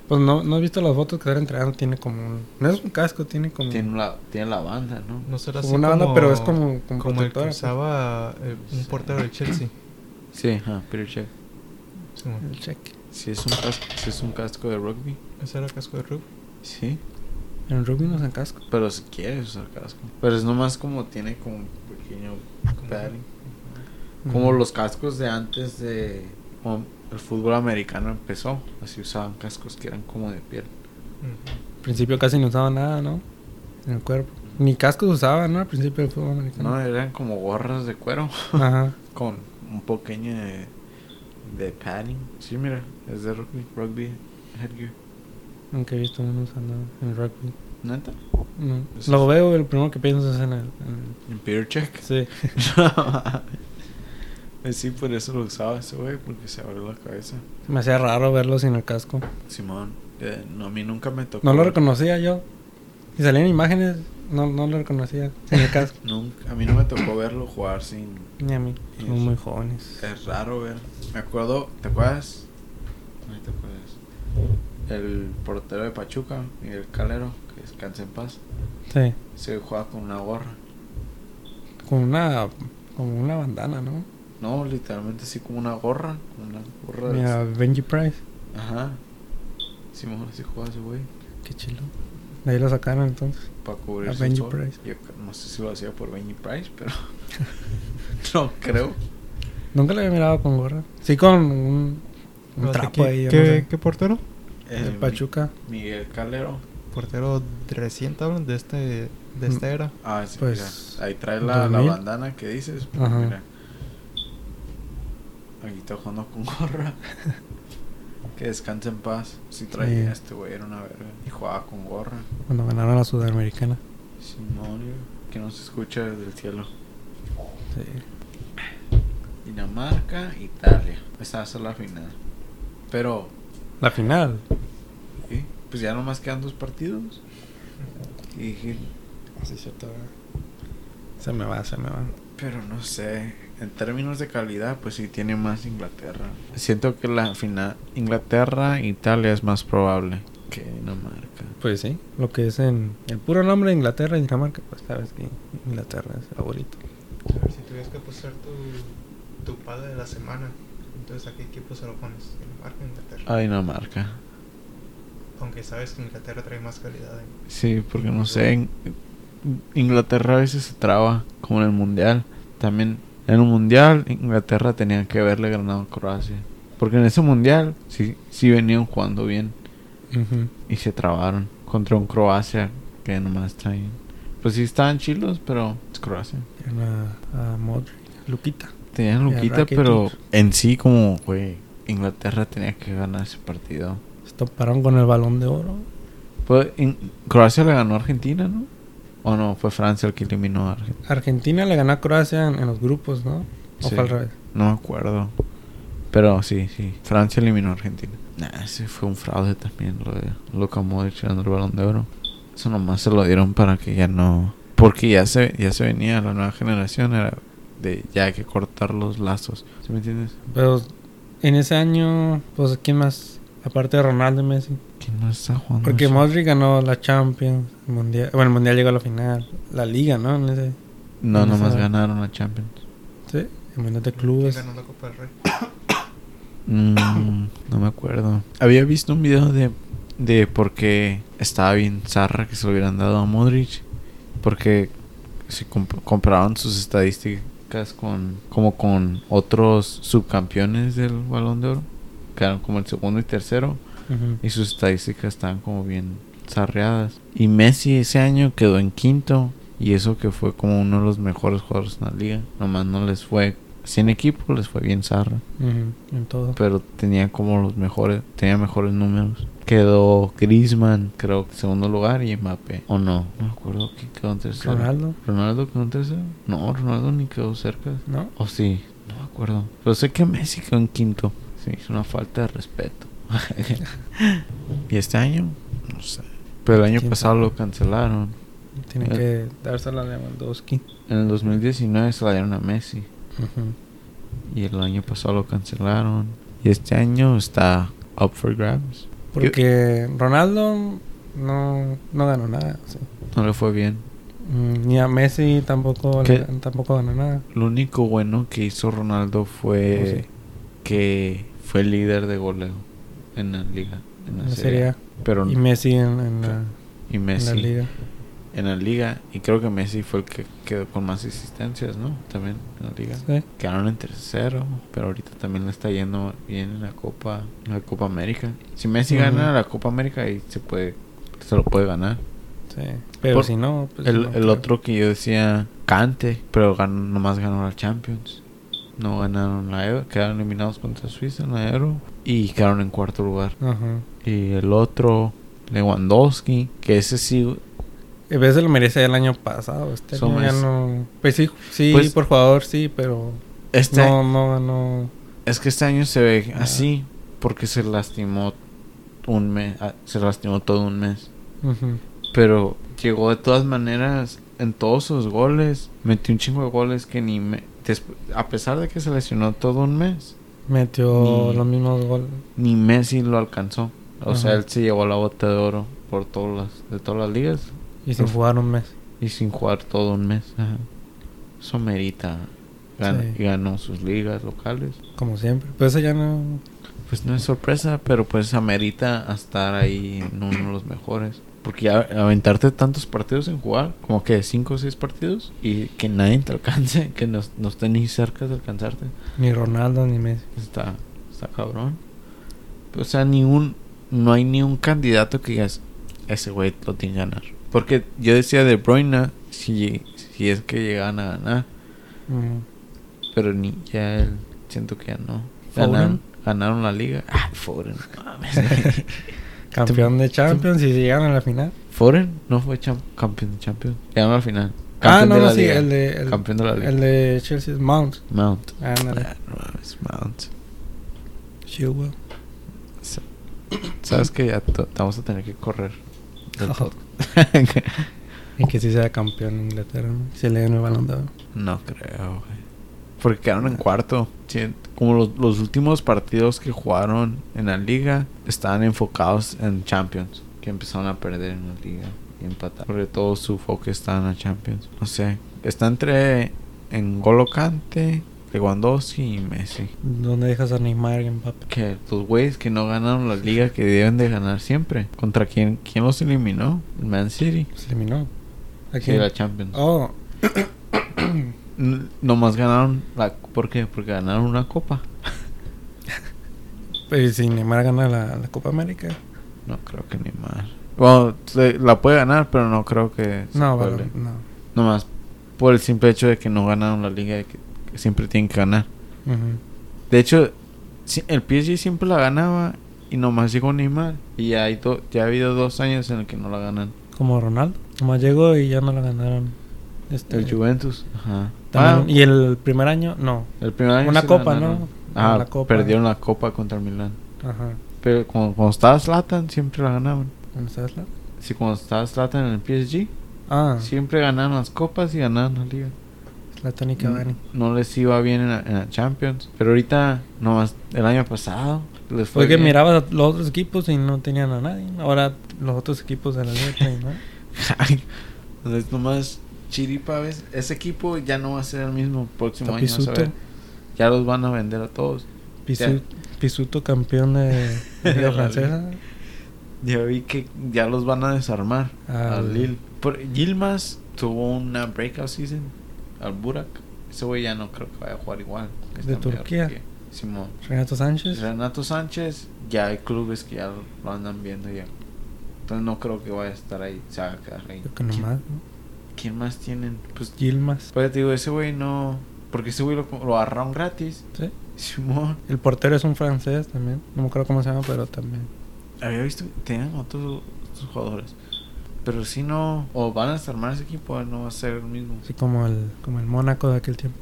Speaker 4: pues no, no has visto las fotos que están entrenando. Tiene como un. No es un casco, tiene como.
Speaker 1: Tiene la, tiene la banda, ¿no?
Speaker 2: No será
Speaker 4: Como
Speaker 2: así
Speaker 4: una
Speaker 2: como,
Speaker 4: banda, pero es como- como
Speaker 2: como, el que
Speaker 4: protectora, pues.
Speaker 2: usaba eh, un portero de Chelsea.
Speaker 1: Sí, ajá, Peter Check.
Speaker 2: Simón.
Speaker 4: El cheque.
Speaker 1: Si es un casco, si es un casco de rugby.
Speaker 4: Mm.
Speaker 2: Ese era casco de rugby.
Speaker 1: Sí.
Speaker 4: En rugby no usan casco.
Speaker 1: Pero si quieres usar casco. Pero es nomás como tiene como un pequeño
Speaker 2: Como-
Speaker 1: padding. Como los cascos de antes de como el fútbol americano empezó, así usaban cascos que eran como de piel.
Speaker 2: Ujú.
Speaker 4: Al principio casi no usaba nada, ¿no? En el cuerpo. Ni cascos usaban, ¿no? Al principio del fútbol
Speaker 1: No,
Speaker 4: americano.
Speaker 1: eran como gorras de cuero
Speaker 4: Ajá.
Speaker 1: con un pequeño de, de padding. Sí, mira, es de rugby, rugby headgear.
Speaker 4: Nunca he visto uno usando en el rugby.
Speaker 1: ¿Neta?
Speaker 4: No.
Speaker 1: Eso
Speaker 4: Lo
Speaker 1: es-
Speaker 4: veo y lo primero que pienso es en el... en
Speaker 1: En Peter
Speaker 4: el-
Speaker 1: Check.
Speaker 4: Sí.
Speaker 1: Eh, sí, por eso lo usaba ese güey, porque se abrió la cabeza.
Speaker 4: Se me hacía raro verlo sin el casco.
Speaker 1: Simón, eh, no, a mí nunca me tocó.
Speaker 4: No lo reconocía yo. Si salían imágenes, no, no lo reconocía sin el casco.
Speaker 1: Nunca, a mí no me tocó verlo jugar sin,
Speaker 4: Ni a mí.
Speaker 1: Y
Speaker 4: Somos
Speaker 1: eso. Eh.
Speaker 4: muy jóvenes.
Speaker 1: Es raro ver. Me acuerdo, ¿te acuerdas? No te acuerdas. El portero de Pachuca, Miguel Calero, que descansa en paz,
Speaker 4: Sí.
Speaker 1: se jugaba con una gorra.
Speaker 4: Con una... Como una bandana, ¿no?
Speaker 1: No, literalmente así como una gorra. como Una gorra de-
Speaker 4: Mira, Benji Price.
Speaker 1: Ajá. Simón, así jugaba ese güey.
Speaker 4: Qué chilo. De ahí lo sacaron entonces.
Speaker 1: Para cubrir
Speaker 4: A
Speaker 1: su
Speaker 4: Benji
Speaker 1: sol.
Speaker 4: Price.
Speaker 1: Yo c- no sé si lo hacía por Benji Price, pero. no creo.
Speaker 4: Nunca lo había mirado con gorra. Sí, con un... Un
Speaker 2: Espérate,
Speaker 4: trapo
Speaker 2: ¿qué-
Speaker 4: ahí. yo no
Speaker 2: ¿Qué,
Speaker 4: sé.
Speaker 2: qué portero?
Speaker 4: El
Speaker 1: Mi-
Speaker 4: Pachuca.
Speaker 1: Miguel Calero.
Speaker 2: Portero reciente, hablan de, este,
Speaker 4: Mm.
Speaker 2: de esta era.
Speaker 1: Ah, sí,
Speaker 4: Pues,
Speaker 1: mira, Ahí trae la, la
Speaker 4: 2000.
Speaker 1: bandana que dices. pero
Speaker 4: Ajá.
Speaker 1: Mira. Aquí está jugando con gorra. que descanse en paz. Si traía
Speaker 4: Sí.
Speaker 1: este güey, era una verga. Y jugaba con gorra.
Speaker 4: Cuando ganaron la Sudamericana.
Speaker 1: Simón, que no se escucha desde el cielo.
Speaker 4: Sí.
Speaker 1: Dinamarca, Italia. Esa va a ser la final. Pero,
Speaker 4: La final.
Speaker 1: ¿sí? pues ya nomás quedan dos partidos. Y dije,
Speaker 3: Sí, cierto. ¿verdad?
Speaker 4: Se me va, se me va.
Speaker 1: Pero no sé, en términos de calidad, pues sí tiene más Inglaterra. Siento que la final Inglaterra Italia es más probable que Dinamarca.
Speaker 4: Pues sí. Lo que es en el puro nombre de Inglaterra y Dinamarca, pues sabes que Inglaterra es favorito.
Speaker 2: A ver si tuvieras que apostar tu, tu padre de la semana. Entonces, ¿a qué equipo se lo pones? Dinamarca o Inglaterra.
Speaker 1: Ay, no marca.
Speaker 2: Aunque sabes que Inglaterra trae más calidad. ¿eh?
Speaker 1: Sí, porque no sé. en- Inglaterra a veces se traba, como en el mundial. También en un mundial, Inglaterra tenía que haberle ganado a Croacia. Porque en ese mundial sí, sí venían jugando bien
Speaker 4: Ujú.
Speaker 1: y se trabaron contra un Croacia que nomás trae. Pues sí estaban chilos, pero es Croacia.
Speaker 4: Tienen A, a Modric, Luquita.
Speaker 1: Tenían
Speaker 4: Y a
Speaker 1: Luquita,
Speaker 4: Rakitic.
Speaker 1: pero en sí, como, güey, Inglaterra tenía que ganar ese partido.
Speaker 4: Se toparon con el balón de oro.
Speaker 1: Pues, in- Croacia le ganó a Argentina, ¿no? O no, fue Francia el que eliminó a Argentina.
Speaker 4: Argentina le ganó a Croacia en, en los grupos, ¿no? O
Speaker 1: Sí.
Speaker 4: fue al revés.
Speaker 1: No me acuerdo. Pero sí, sí. Francia eliminó a Argentina. Nah, ese fue un fraude también, lo de Luka Modric ganando el balón de oro. Eso nomás se lo dieron para que ya no. Porque ya se, ya se venía la nueva generación, era de ya hay que cortar los lazos. ¿Sí me entiendes?
Speaker 4: Pero en ese año, pues, ¿quién más? Aparte de Ronaldo y Messi.
Speaker 1: ¿Quién no está jugando?
Speaker 4: Porque
Speaker 1: eso?
Speaker 4: Modric ganó la Champions, el mundial, bueno, el mundial llegó a la final, la liga, ¿no? En ese,
Speaker 1: No,
Speaker 4: no
Speaker 1: nomás
Speaker 4: sabe.
Speaker 1: ganaron la Champions.
Speaker 4: sí, el mundial de
Speaker 2: ¿Quién
Speaker 4: clubes.
Speaker 2: ganó la Copa del Rey?
Speaker 1: Mm, no me acuerdo. Había visto un video de, de por qué estaba bien zarra que se lo hubieran dado a Modric. Porque si comp- comparaban sus estadísticas con como con otros subcampeones del Balón de Oro, quedaron como el segundo y tercero.
Speaker 4: Ujú.
Speaker 1: Y sus estadísticas estaban como bien zarreadas. Y Messi ese año quedó en quinto. Y eso que fue como uno de los mejores jugadores en la liga. Nomás no les fue. Sin equipo les fue bien zarra
Speaker 4: Ujú, En todo.
Speaker 1: pero tenía como los mejores, tenía mejores números. Quedó Griezmann, creo que segundo lugar y Mbappé. O no, no me acuerdo quién quedó en tercero.
Speaker 4: Ronaldo,
Speaker 1: Ronaldo quedó en tercero. No, Ronaldo ni quedó cerca.
Speaker 4: ¿no?
Speaker 1: O sí, no me acuerdo. Pero sé que Messi quedó en quinto. Sí, es una falta de respeto. y este año, no sé. Pero el año
Speaker 4: ¿Quién
Speaker 1: pasado
Speaker 4: sabe?
Speaker 1: lo cancelaron.
Speaker 4: Tienen
Speaker 1: Eh.
Speaker 4: que dársela a Lewandowski.
Speaker 1: En el 2019 se la dieron a Messi.
Speaker 4: Ujú.
Speaker 1: Y el año pasado lo cancelaron. Y este año está up for grabs.
Speaker 4: Porque Ronaldo no, no ganó nada. sí.
Speaker 1: No le fue bien.
Speaker 4: Mm, Ni a Messi tampoco, le-
Speaker 1: ¿Qué?
Speaker 4: tampoco ganó nada.
Speaker 1: Lo único bueno que hizo Ronaldo
Speaker 4: Oh,
Speaker 1: fue
Speaker 4: sí.
Speaker 1: que fue líder de goleo en la liga. En la,
Speaker 4: La
Speaker 1: serie.
Speaker 4: Serie
Speaker 1: A.
Speaker 4: A.
Speaker 1: Pero
Speaker 4: Y Messi en, en la,
Speaker 1: y
Speaker 4: en
Speaker 1: Messi
Speaker 4: la liga.
Speaker 1: en la liga. Y creo que Messi fue el que quedó con más asistencias, ¿no? También en la liga.
Speaker 4: Sí.
Speaker 1: Quedaron en tercero, pero ahorita también le está yendo bien en la Copa, en la Copa América. Si Messi
Speaker 4: Ujú.
Speaker 1: gana la Copa América, ahí se puede, se lo puede ganar.
Speaker 4: Sí. Pero
Speaker 1: Por-
Speaker 4: si no, pues
Speaker 1: El,
Speaker 4: no
Speaker 1: el
Speaker 4: creo.
Speaker 1: otro que yo decía, Cante, pero ganó, nomás ganó la Champions. No ganaron la Euro, quedaron eliminados contra Suiza en la Euro y quedaron en cuarto lugar.
Speaker 4: Ajá.
Speaker 1: Y el otro, Lewandowski, que ese sí,
Speaker 4: A veces lo merecía el año pasado. Este
Speaker 1: Son
Speaker 4: año ya
Speaker 1: más-
Speaker 4: no. Pues sí, sí
Speaker 1: Pues-
Speaker 4: por jugador sí, pero
Speaker 1: este,
Speaker 4: no, no ganó.
Speaker 1: es que este año se ve
Speaker 4: Ah.
Speaker 1: así porque se lastimó un mes, ah, se lastimó todo un mes.
Speaker 4: Ujú.
Speaker 1: Pero llegó de todas maneras en todos sus goles, metió un chingo de goles que ni me, despu- a pesar de que se lesionó todo un mes.
Speaker 4: Metió
Speaker 1: Ni-
Speaker 4: los mismos goles.
Speaker 1: ni Messi lo alcanzó. O sea,
Speaker 4: Ajá.
Speaker 1: él se llevó la bota de oro por todas las, de todas las ligas
Speaker 4: Y sin
Speaker 1: Uf.
Speaker 4: jugar un mes.
Speaker 1: y sin jugar todo un mes. Ajá. Eso merita. Gan- y
Speaker 4: Sí.
Speaker 1: ganó sus ligas locales.
Speaker 4: Como siempre. Pero eso ya no.
Speaker 1: Pues no es sorpresa, pero pues amerita a estar ahí en uno de los mejores. Porque ya aventarte tantos partidos en jugar, como que 5 o 6 partidos, y que nadie te alcance, que no, no esté ni cerca de alcanzarte.
Speaker 4: Ni Ronaldo ni Messi.
Speaker 1: pues Está, está cabrón. O sea, ni un, no hay ni un candidato que digas, ese güey lo tiene que ganar. Porque yo decía de Bruyne, si, si es que llegan a ganar,
Speaker 4: Ujú.
Speaker 1: pero ni ya él, siento que ya no.
Speaker 4: Foden.
Speaker 1: Ganaron, ganaron la liga. Ah, Foden, no mames. güey.
Speaker 4: Campeón de Champions y llegaron a la final.
Speaker 1: Foden no fue cham- campeón de Champions. Ganaron la final.
Speaker 4: Ah,
Speaker 1: Campeón
Speaker 4: no,
Speaker 1: de la
Speaker 4: no, sí,
Speaker 1: liga.
Speaker 4: el de, el,
Speaker 1: Campeón de la liga.
Speaker 4: el de Chelsea es Mount.
Speaker 1: Mount.
Speaker 4: Ah,
Speaker 1: Ah,
Speaker 4: no,
Speaker 1: no mames, Mount.
Speaker 4: Chilwell.
Speaker 1: Sabes que ya to- te vamos a tener que correr. del
Speaker 4: Ojo.
Speaker 1: podcast.
Speaker 4: Y que sí sea campeón en Inglaterra, ¿no? Se le den el balón de oro.
Speaker 1: No creo, güey. Porque quedaron en cuarto. Sí, Como los, los últimos partidos que jugaron en la liga estaban enfocados en Champions. Que empezaron a perder en la liga y empatar. Porque todo su foco estaba en la Champions. No sé. Está entre en Golo Kante, Lewandowski y Messi.
Speaker 4: ¿Dónde dejas a Neymar en papel?
Speaker 1: Que los güeyes que no ganaron las ligas que deben de ganar siempre. ¿Contra quién, quién los eliminó? El Man City.
Speaker 4: Se eliminó. ¿A
Speaker 1: Sí,
Speaker 4: quién?
Speaker 1: la Champions.
Speaker 4: Oh,
Speaker 1: N- Nomás ganaron la... ¿Por qué? Porque ganaron una copa.
Speaker 4: pero eh, si Neymar gana la, la Copa América.
Speaker 1: No creo que ni mal. Bueno, se- la puede ganar, pero no creo que... se
Speaker 4: No,
Speaker 1: cuele.
Speaker 4: vale, no.
Speaker 1: Nomás por el simple hecho de que no ganaron la liga que, que siempre tienen que ganar.
Speaker 4: Ujú.
Speaker 1: De hecho, si- el PSG siempre la ganaba y nomás llegó Neymar. Y ya, hay do- ya ha habido dos años en el que no la ganan.
Speaker 4: Como Ronaldo. Nomás llegó y ya no la ganaron. Este,
Speaker 1: El Juventus. Eh, Ajá. Ah,
Speaker 4: también- Y el primer año, no.
Speaker 1: el primer año
Speaker 4: una
Speaker 1: sí la
Speaker 4: copa,
Speaker 1: ganaron.
Speaker 4: ¿no?
Speaker 1: Ajá,
Speaker 4: La copa.
Speaker 1: perdieron la copa contra el Milán.
Speaker 4: Ajá.
Speaker 1: Pero cuando, cuando estaba Zlatan siempre la ganaban.
Speaker 4: ¿Dónde está la?
Speaker 1: Si cuando estaba Zlatan en el PSG,
Speaker 4: Ah,
Speaker 1: siempre ganaban las copas y ganaban la liga.
Speaker 4: Zlatan
Speaker 1: Mm.
Speaker 4: y Cavani.
Speaker 1: No les iba bien en la, en la Champions. Pero ahorita, nomás el año pasado, les fue
Speaker 4: Fue que
Speaker 1: bien.
Speaker 4: mirabas a los otros equipos y no tenían a nadie. Ahora los otros equipos de la liga traen, ¿no?
Speaker 1: Ay, es nomás chiripa, ¿ves? Ese equipo ya no va a ser el mismo el próximo año. vas a
Speaker 4: Tapisuto.
Speaker 1: ver. Ya los van a vender a todos.
Speaker 4: Pisu- Pisuto campeón de de
Speaker 1: De la
Speaker 4: Liga Francesa.
Speaker 1: Ya vi que ya los van a desarmar
Speaker 4: Ah,
Speaker 1: al
Speaker 4: güey.
Speaker 1: Lille. Por, Yilmaz tuvo una breakout season al Burak. Ese güey ya no creo que vaya a jugar igual.
Speaker 4: ¿De
Speaker 1: Está medio
Speaker 4: Turquía?
Speaker 1: roquillo. Simón.
Speaker 4: Renato Sánchez.
Speaker 1: Renato Sánchez, ya hay clubes que ya lo andan viendo ya. Entonces no creo que vaya a estar ahí. Se va a quedar ahí.
Speaker 4: Creo que nomás, ¿no?
Speaker 1: ¿Quién más tienen? Pues
Speaker 4: Gilmas.
Speaker 1: Pues te digo, ese güey no. Porque ese güey lo, lo agarraron gratis.
Speaker 4: Sí.
Speaker 1: Simón.
Speaker 4: El portero es un francés también. No me acuerdo cómo se llama, pero también.
Speaker 1: Había visto que tenían otros, otros jugadores. Pero si no. O van a desarmar ese equipo, ah, no va a ser el mismo.
Speaker 4: Así como el, como el Mónaco de aquel tiempo.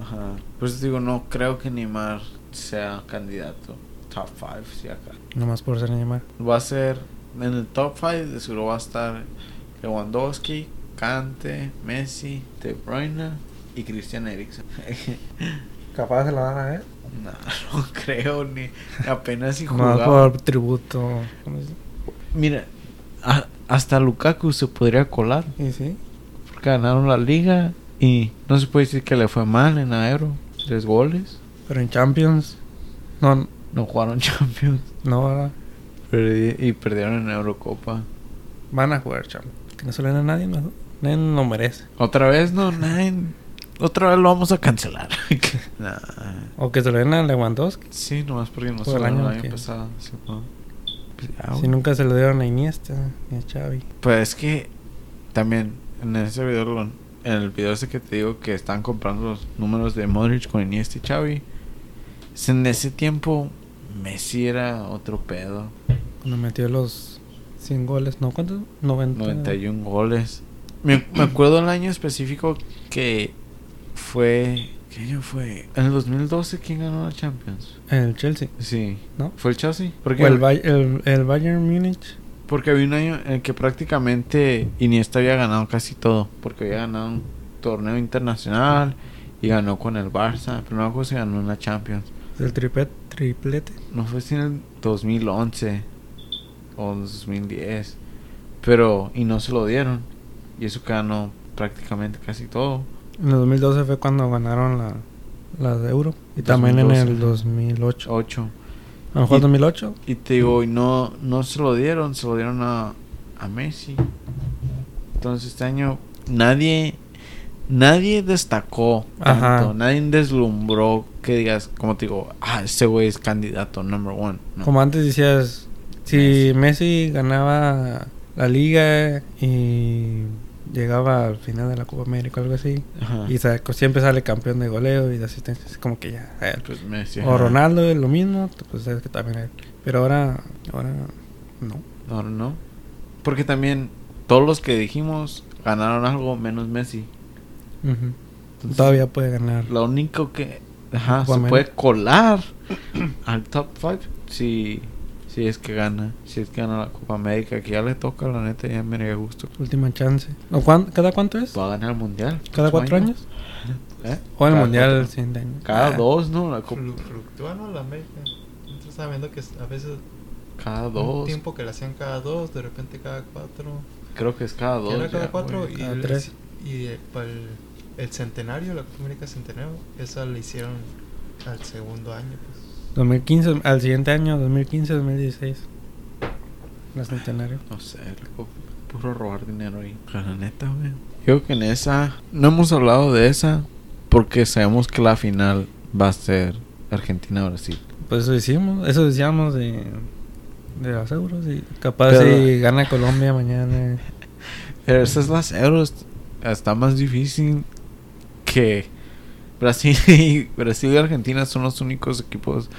Speaker 1: Ajá. Por eso te digo, no creo que Neymar sea candidato. Top 5, si acá.
Speaker 4: Nomás por ser Neymar.
Speaker 1: Va a ser. En el top 5, de seguro va a estar Lewandowski, Kante, Messi, De Bruyne y Christian Eriksen.
Speaker 4: Capaz se la van a ver.
Speaker 1: no, no creo ni. Apenas si jugaba.
Speaker 4: Nomás por tributo. ¿Cómo se dice?
Speaker 1: Mira, a- hasta Lukaku se podría colar.
Speaker 4: Y sí.
Speaker 1: Porque ganaron la liga y no se puede decir que le fue mal en la Euro. Tres goles.
Speaker 4: Pero en Champions. No,
Speaker 1: No jugaron Champions.
Speaker 4: no van a,
Speaker 1: Perdi- y perdieron en Eurocopa.
Speaker 4: van a jugar Champions. Que no se le den a nadie. No, nadie lo merece.
Speaker 1: Otra vez no, nadie. Otra vez lo vamos a cancelar. nah.
Speaker 4: O que se lo den a Lewandowski.
Speaker 1: Sí, nomás porque no
Speaker 4: Por
Speaker 1: se
Speaker 4: el
Speaker 1: ganó el
Speaker 4: año
Speaker 1: año
Speaker 4: que-
Speaker 1: pasado. sí, no. Pues, ya,
Speaker 4: Si
Speaker 1: güey.
Speaker 4: nunca se lo dieron a Iniesta ni a Xavi.
Speaker 1: Pues es que también en ese video, lo- en el video ese que te digo que están comprando los números de Modric con Iniesta y Xavi, es en ese tiempo Messi era otro pedo.
Speaker 4: Cuando metió los 100 goles. ¿No cuántos? 90.
Speaker 1: 91 goles. Me, me acuerdo el año específico que fue... ¿Qué año fue? En el 2012, ¿quién ganó la Champions?
Speaker 4: El Chelsea.
Speaker 1: Sí.
Speaker 4: ¿No?
Speaker 1: ¿Fue el Chelsea?
Speaker 4: O el, Bay- el, el Bayern Múnich.
Speaker 1: Porque había un año en el que prácticamente Iniesta había ganado casi todo. Porque había ganado un torneo internacional y ganó con el Barça. Pero luego se ganó una Champions.
Speaker 4: El tripe- triplete.
Speaker 1: No fue si en el 2011 o 2010. Pero, y no se lo dieron. Y eso que ganó prácticamente casi todo.
Speaker 4: En el 2012 fue cuando ganaron la, la de Euro. Y también en
Speaker 1: 2012.
Speaker 4: el 2008.
Speaker 1: 8.
Speaker 4: A lo mejor
Speaker 1: Oh, Y-
Speaker 4: 2008.
Speaker 1: Y te digo, y no, no se lo dieron, se lo dieron a, a Messi. Entonces este año nadie, nadie destacó tanto,
Speaker 4: Ajá.
Speaker 1: nadie deslumbró que digas, como te digo, ah, ese güey es candidato number one. No.
Speaker 4: Como antes decías, si Messi. ganaba la liga y llegaba al final de la Copa América o algo así.
Speaker 1: Ajá.
Speaker 4: Y sa- siempre sale campeón de goleo y de asistencia. Es como que ya. eh, él.
Speaker 1: Pues Messi.
Speaker 4: O
Speaker 1: ajá.
Speaker 4: Ronaldo es lo mismo. Pues sabes que también él. Pero ahora. Ahora. No.
Speaker 1: Ahora no. Porque también todos los que dijimos ganaron algo menos Messi.
Speaker 4: Ujú.
Speaker 1: Entonces,
Speaker 4: Todavía puede ganar.
Speaker 1: Lo único que ajá, se
Speaker 4: Guamán.
Speaker 1: puede colar al top 5 si, si es que gana. Si es que gana la Copa América, que ya le toca, la neta, ya me daría gusto.
Speaker 4: Última chance. ¿O cuán- ¿Cada cuánto es?
Speaker 1: Va a ganar el mundial. próximo
Speaker 4: ¿Cada cuatro
Speaker 1: año.
Speaker 4: años?
Speaker 1: ¿Eh?
Speaker 4: O el
Speaker 1: Cada
Speaker 4: mundial el
Speaker 1: cuatro.
Speaker 4: siguiente año.
Speaker 1: Cada
Speaker 4: Ah,
Speaker 1: dos, ¿no? La Copa-
Speaker 2: Flu- Fluctúa, ¿no? La América. Nosotros estaba viendo que a veces
Speaker 1: cada
Speaker 2: un
Speaker 1: dos.
Speaker 2: tiempo que la hacían cada dos, de repente cada cuatro.
Speaker 1: Creo que es cada
Speaker 2: Que
Speaker 1: dos.
Speaker 2: era cada
Speaker 1: ya,
Speaker 2: cuatro
Speaker 1: güey.
Speaker 2: y
Speaker 4: cada
Speaker 2: les-
Speaker 4: tres.
Speaker 2: Y eh, para el el centenario, la Copa América centenario, esa la hicieron al segundo año, pues.
Speaker 4: 2015, al siguiente año, 2015, 2016. La centenario.
Speaker 1: No sé, loco, puro robar dinero ahí. La neta, güey. Yo creo que en esa. No hemos hablado de esa porque sabemos que la final va a ser Argentina-Brasil.
Speaker 4: Pues eso hicimos, eso decíamos de, de las euros. Y capaz
Speaker 1: Pero-
Speaker 4: si gana Colombia mañana.
Speaker 1: Pero esas las euros. Está más difícil que Brasil y, Brasil y Argentina son los únicos equipos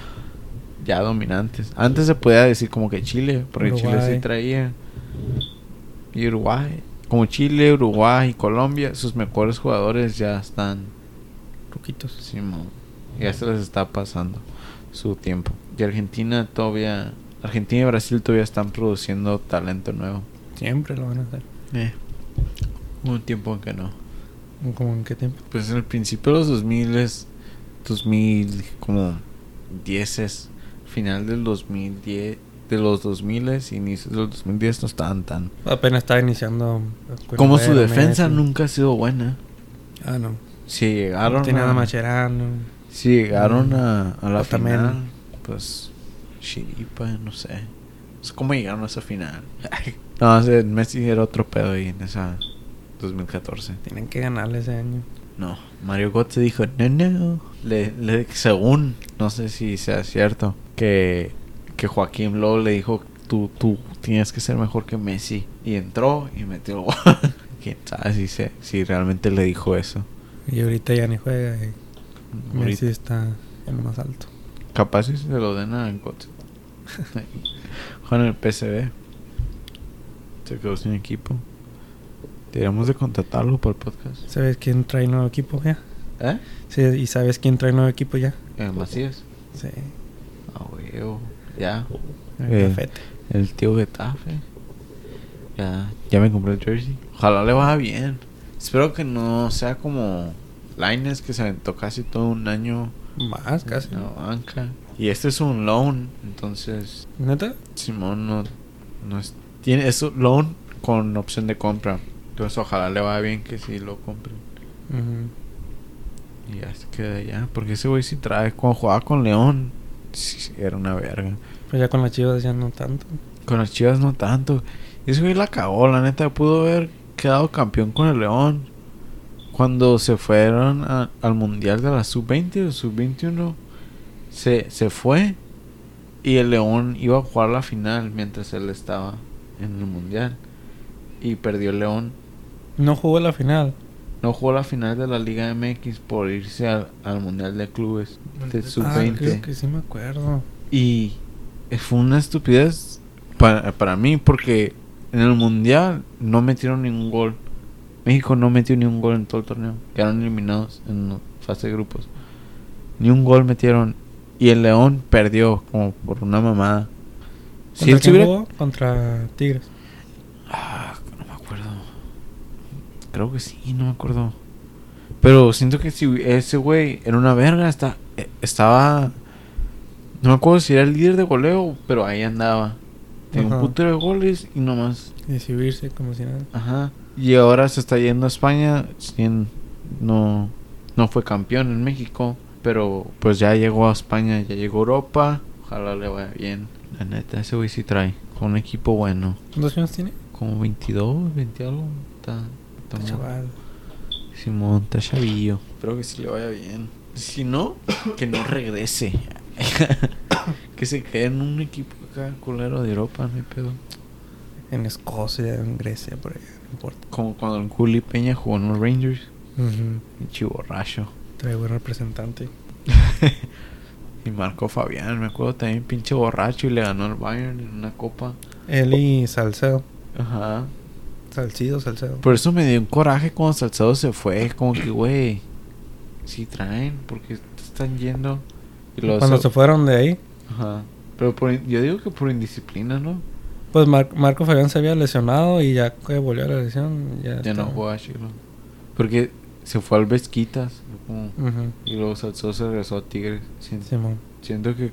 Speaker 1: ya dominantes. Antes se podía decir como que Chile, porque Chile
Speaker 4: Uruguay.
Speaker 1: sí traía. Y Uruguay. Como Chile, Uruguay y Colombia, sus mejores jugadores ya están
Speaker 4: Poquitos.
Speaker 1: Simón. Ya se les está pasando su tiempo. Y Argentina todavía. Argentina y Brasil todavía están produciendo talento nuevo.
Speaker 4: Siempre lo van a hacer.
Speaker 1: Eh. Hubo un tiempo en que no.
Speaker 4: ¿Como en qué tiempo?
Speaker 1: Pues en el principio de los 2000 es. 2000, como. 10 es. Final del 2010. De los 2000 s inicios del 2010 no estaban tan.
Speaker 4: Apenas estaba iniciando. pues,
Speaker 1: Como su
Speaker 4: Cuero,
Speaker 1: defensa
Speaker 4: Messi.
Speaker 1: nunca ha sido buena.
Speaker 4: Ah, no.
Speaker 1: Si
Speaker 4: No
Speaker 1: llegaron.
Speaker 4: tiene nada
Speaker 1: a-
Speaker 4: Macherano.
Speaker 1: Si llegaron a, a la
Speaker 4: O también-
Speaker 1: final, pues Chiripa, no sé. No sé ¿Cómo llegaron a esa final? no, ese Messi era otro pedo ahí en esa 2014.
Speaker 4: Tienen que ganarle ese año.
Speaker 1: No, Mario Götze dijo, no, no. Le, le- según, no sé si sea cierto, que, que Joaquín Lowe le dijo, tú, tú tienes que ser mejor que Messi. Y entró y metió el gol. Quién sabe si, se, si realmente le dijo eso.
Speaker 4: Y ahorita ya ni juega. Y Messi
Speaker 1: Ahorita-
Speaker 4: está en lo más alto.
Speaker 1: Capaz si se lo den a Götze. Juan en el PCB. Se quedó sin equipo. Deberíamos de contratarlo para el podcast.
Speaker 4: ¿Sabes quién trae nuevo equipo ya?
Speaker 1: ¿Eh?
Speaker 4: Sí, ¿y sabes quién trae nuevo equipo ya?
Speaker 1: El Eh, Macías.
Speaker 4: Sí.
Speaker 1: Ah, huevo. Ya.
Speaker 4: El
Speaker 1: Eh.
Speaker 4: Cafete.
Speaker 1: El tío Getafe. Ya. Ya me compré el jersey. Ojalá le vaya bien. Espero que no sea como Lines que se aventó casi todo un año
Speaker 4: Más casi.
Speaker 1: en la banca. Y este es un loan, entonces
Speaker 4: ¿Neta?
Speaker 1: Simón no, no es, tiene es un loan con opción de compra. Entonces ojalá le vaya bien que sí lo compren.
Speaker 4: Ujú.
Speaker 1: Y ya se queda allá. Porque ese güey si trae, cuando jugaba con León, sí, era una verga.
Speaker 4: Pues ya con las chivas ya no tanto.
Speaker 1: Con las Chivas no tanto. Y ese güey la cagó, la neta. Pudo haber quedado campeón con el León. Cuando se fueron a- al Mundial de la Sub-20 o Sub-21, se, se fue. Y el León iba a jugar la final mientras él estaba en el Mundial. Y perdió el León.
Speaker 4: No jugó la final.
Speaker 1: No jugó la final de la Liga MX por irse al, al Mundial de Clubes de
Speaker 2: Ah,
Speaker 4: Ah,
Speaker 1: Sub-20.
Speaker 4: creo que sí me acuerdo.
Speaker 1: Y fue una estupidez para, para mí porque en el mundial no metieron ningún gol. México no metió ni un gol en todo el torneo. Quedaron eliminados en fase de grupos. Ni un gol metieron. Y el León perdió como por una mamada.
Speaker 4: ¿Contra
Speaker 1: Si él se
Speaker 4: quién
Speaker 1: hubiera-
Speaker 4: jugó? Contra Tigres.
Speaker 1: Ah, no me acuerdo. Creo que sí, no me acuerdo. Pero siento que si ese güey era una verga, está, eh, estaba... No me acuerdo si era el líder de goleo, pero ahí andaba. Tenía un
Speaker 4: Ajá.
Speaker 1: putero de goles y nomás.
Speaker 4: Y subirse como si nada.
Speaker 1: Ajá. Y ahora se está yendo a España. sin- no, no fue campeón en México, pero pues ya llegó a España, ya llegó a Europa. Ojalá le vaya bien. La neta, ese güey sí trae. Con un equipo bueno.
Speaker 4: ¿Cuántos años tiene?
Speaker 1: Como 22, 20 algo. Está, está
Speaker 4: Está
Speaker 1: mo-
Speaker 4: chaval.
Speaker 1: Simón, está chavillo. Espero que sí le vaya bien. Si no, que no regrese. que se quede en un equipo acá, culero de Europa, no hay pedo.
Speaker 4: En Escocia, en Grecia, por allá. No importa.
Speaker 1: Como cuando el Juli Peña jugó en los Rangers.
Speaker 4: Ujú.
Speaker 1: Pinche borracho.
Speaker 4: Trae buen representante.
Speaker 1: y Marco Fabián, me acuerdo también, pinche borracho y le ganó al Bayern en una copa.
Speaker 4: Él y Salcedo.
Speaker 1: Ajá.
Speaker 4: Salcido, Salcedo.
Speaker 1: Por eso me dio un coraje cuando Salcedo se fue. Como que, güey, si traen, porque están yendo. Y luego
Speaker 4: Cuando
Speaker 1: se-
Speaker 4: se fueron de ahí,
Speaker 1: Ajá. Pero por, in- yo digo que por indisciplina, ¿no?
Speaker 4: pues Mar- Marco Fabián se había lesionado y ya que volvió a la lesión, ya.
Speaker 1: Ya no
Speaker 4: estaba.
Speaker 1: juega Chilo. Porque se fue al Vesquitas. como-
Speaker 4: Ujú.
Speaker 1: Y luego Salcedo se regresó a Tigres. Siento,
Speaker 4: Simón.
Speaker 1: siento que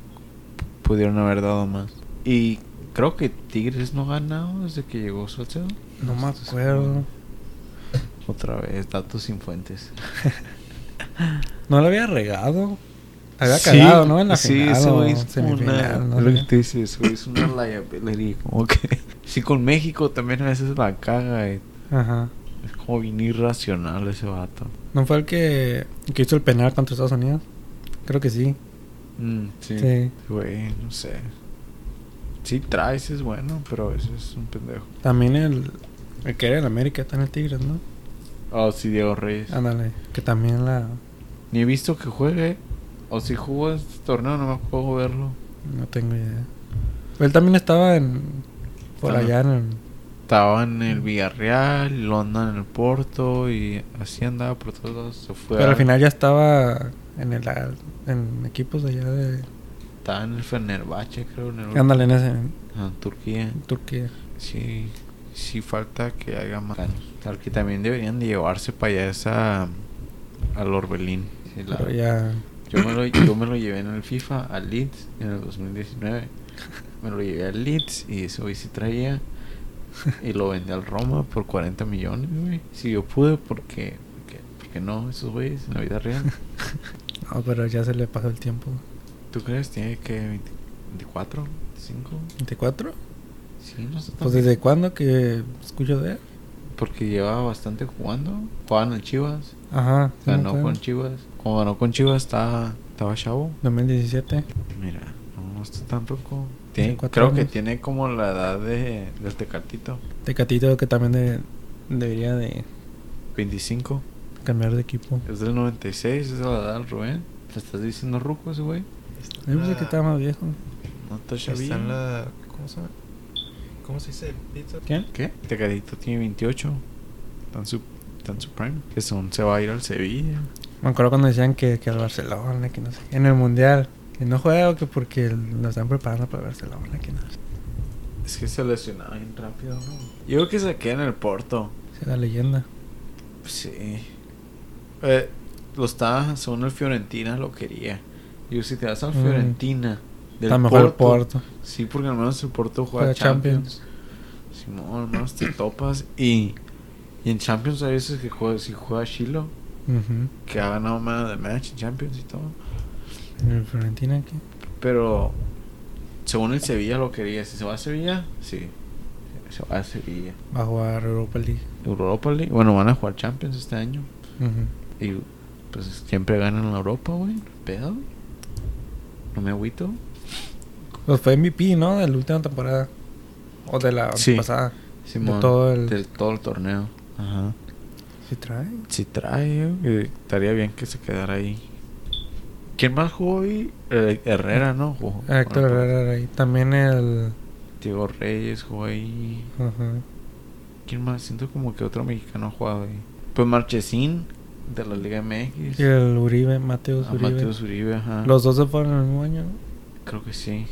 Speaker 1: pudieron haber dado más. Y creo que Tigres no ha ganado desde que llegó Salcedo.
Speaker 4: No me
Speaker 1: Entonces,
Speaker 4: acuerdo.
Speaker 1: Otra vez, datos sin fuentes.
Speaker 4: No lo había regado. Había cagado, ¿no? En la
Speaker 1: sí,
Speaker 4: final
Speaker 1: ese
Speaker 4: o
Speaker 1: güey es una...
Speaker 4: semifinal, no
Speaker 1: Lo
Speaker 4: sé.
Speaker 1: que te dice, ese güey es una liability. Como que... Sí, con México también a veces la caga. y
Speaker 4: Ajá.
Speaker 1: Es como bien irracional ese vato.
Speaker 4: ¿No fue el que, que hizo el penal contra Estados Unidos? Creo que sí.
Speaker 1: Mm, sí.
Speaker 4: Sí.
Speaker 1: Güey, no sé. Sí, Traes es bueno, pero a veces es un pendejo.
Speaker 4: También el, el que era el América está en el Tigres, ¿no?
Speaker 1: Oh, sí, Diego Reyes.
Speaker 4: Ándale. Que también la...
Speaker 1: Ni he visto que juegue. O si jugó este torneo, no me acuerdo verlo.
Speaker 4: No tengo idea. Él también estaba en... Por
Speaker 1: Ah, no.
Speaker 4: allá en el...
Speaker 1: Estaba en
Speaker 4: Mm.
Speaker 1: el Villarreal, lo andan en el Porto y así andaba por todos lados. Se fue
Speaker 4: Pero al final ya estaba en el... En equipos allá de...
Speaker 1: Estaba en el Fenerbahce, creo, en, el, Ah,
Speaker 4: Ándale, en ese... En
Speaker 1: en Turquía.
Speaker 4: Turquía.
Speaker 1: Sí, sí falta que haga más. Claro que también deberían de llevarse para allá esa... Al Orbelín. Sí, la-
Speaker 4: Pero ya...
Speaker 1: Yo me, lo, yo me lo llevé en el FIFA al Leeds en el 2019. Me lo llevé al Leeds y eso hoy sí traía. Y lo vendí al Roma por 40 millones, güey. Si yo pude, porque, porque, porque no, esos güeyes en la vida real.
Speaker 4: No, pero ya se le pasó el tiempo.
Speaker 1: ¿Tú crees? ¿Tiene que 20 24? ¿25?
Speaker 4: ¿24?
Speaker 1: Sí, no sé.
Speaker 4: Pues desde cuándo que escucho de él.
Speaker 1: Porque llevaba bastante jugando. Jugaban en el Chivas.
Speaker 4: Ajá. sí me
Speaker 1: Ganó
Speaker 4: acuerdo.
Speaker 1: con Chivas. Como ganó con Chivas, estaba, estaba chavo.
Speaker 4: 2017.
Speaker 1: Mira, no, no está tan poco. Tiene,
Speaker 4: cuatro
Speaker 1: creo que
Speaker 4: años.
Speaker 1: tiene como la edad de, del Tecatito.
Speaker 4: Tecatito que también de- debería de
Speaker 1: 25.
Speaker 4: cambiar de equipo.
Speaker 1: Es del 96, es de la edad del Rubén. ¿Te estás diciendo ruco ese güey?
Speaker 2: Está
Speaker 4: Yo pensé que estaba más viejo.
Speaker 1: No está
Speaker 2: Está
Speaker 1: chavillo.
Speaker 2: en la. ¿Cómo se llama? ¿Cómo se dice? Pizza.
Speaker 4: ¿Qué?
Speaker 1: ¿Qué? Tecatito tiene 28. Está en su, está en su prime. Que son, se va a ir al Sevilla.
Speaker 4: Me acuerdo cuando decían que, que al Barcelona, que no sé. qué, En el Mundial. Que no juego, que porque el- lo están preparando para el Barcelona, que no sé.
Speaker 1: Es que se lesionaba bien rápido, ¿no? Yo creo que se queda en el Porto.
Speaker 4: Es la leyenda.
Speaker 1: Sí. Eh, lo estaba, según el Fiorentina lo quería. Yo, si te vas al
Speaker 4: Mm.
Speaker 1: Fiorentina, del
Speaker 4: a lo mejor el
Speaker 1: Porto,
Speaker 4: Porto.
Speaker 1: Sí, porque al menos el Porto juega,
Speaker 4: Juega
Speaker 1: Champions.
Speaker 4: Champions.
Speaker 1: Simón, al menos te topas. Y, y en Champions a veces que juega, si juega Chilo,
Speaker 4: Ujú.
Speaker 1: que ha ganado más de match en Champions y todo.
Speaker 4: En el Fiorentina, ¿qué?
Speaker 1: Pero según el Sevilla lo quería. Si se va a Sevilla, sí. Se va a Sevilla.
Speaker 4: Va a jugar Europa League.
Speaker 1: Europa League. Bueno, van a jugar Champions este año.
Speaker 4: Ujú.
Speaker 1: Y pues siempre ganan la Europa, güey. Pedo. No me agüito.
Speaker 4: Pues fue MVP, ¿no? De la última temporada. O de la
Speaker 1: Sí.
Speaker 4: pasada.
Speaker 1: Simón,
Speaker 4: todo el-
Speaker 1: del todo el torneo. Ajá.
Speaker 4: ¿Sí trae?
Speaker 1: Si trae, eh, estaría bien que se quedara ahí. ¿Quién más jugó ahí? Eh, Herrera, ¿no? Jugó.
Speaker 4: Ah, Héctor
Speaker 1: Bueno, pues.
Speaker 4: Herrera era ahí. También el...
Speaker 1: Diego Reyes jugó ahí.
Speaker 4: Ajá.
Speaker 1: ¿Quién más? Siento como que otro mexicano ha jugado ahí. Pues Marchesín, de la Liga MX.
Speaker 4: Y el Uribe, Mateus
Speaker 1: Ah,
Speaker 4: Uribe.
Speaker 1: Mateus Uribe, ajá.
Speaker 4: Los dos se fueron en el mismo año, ¿no?
Speaker 1: Creo que sí.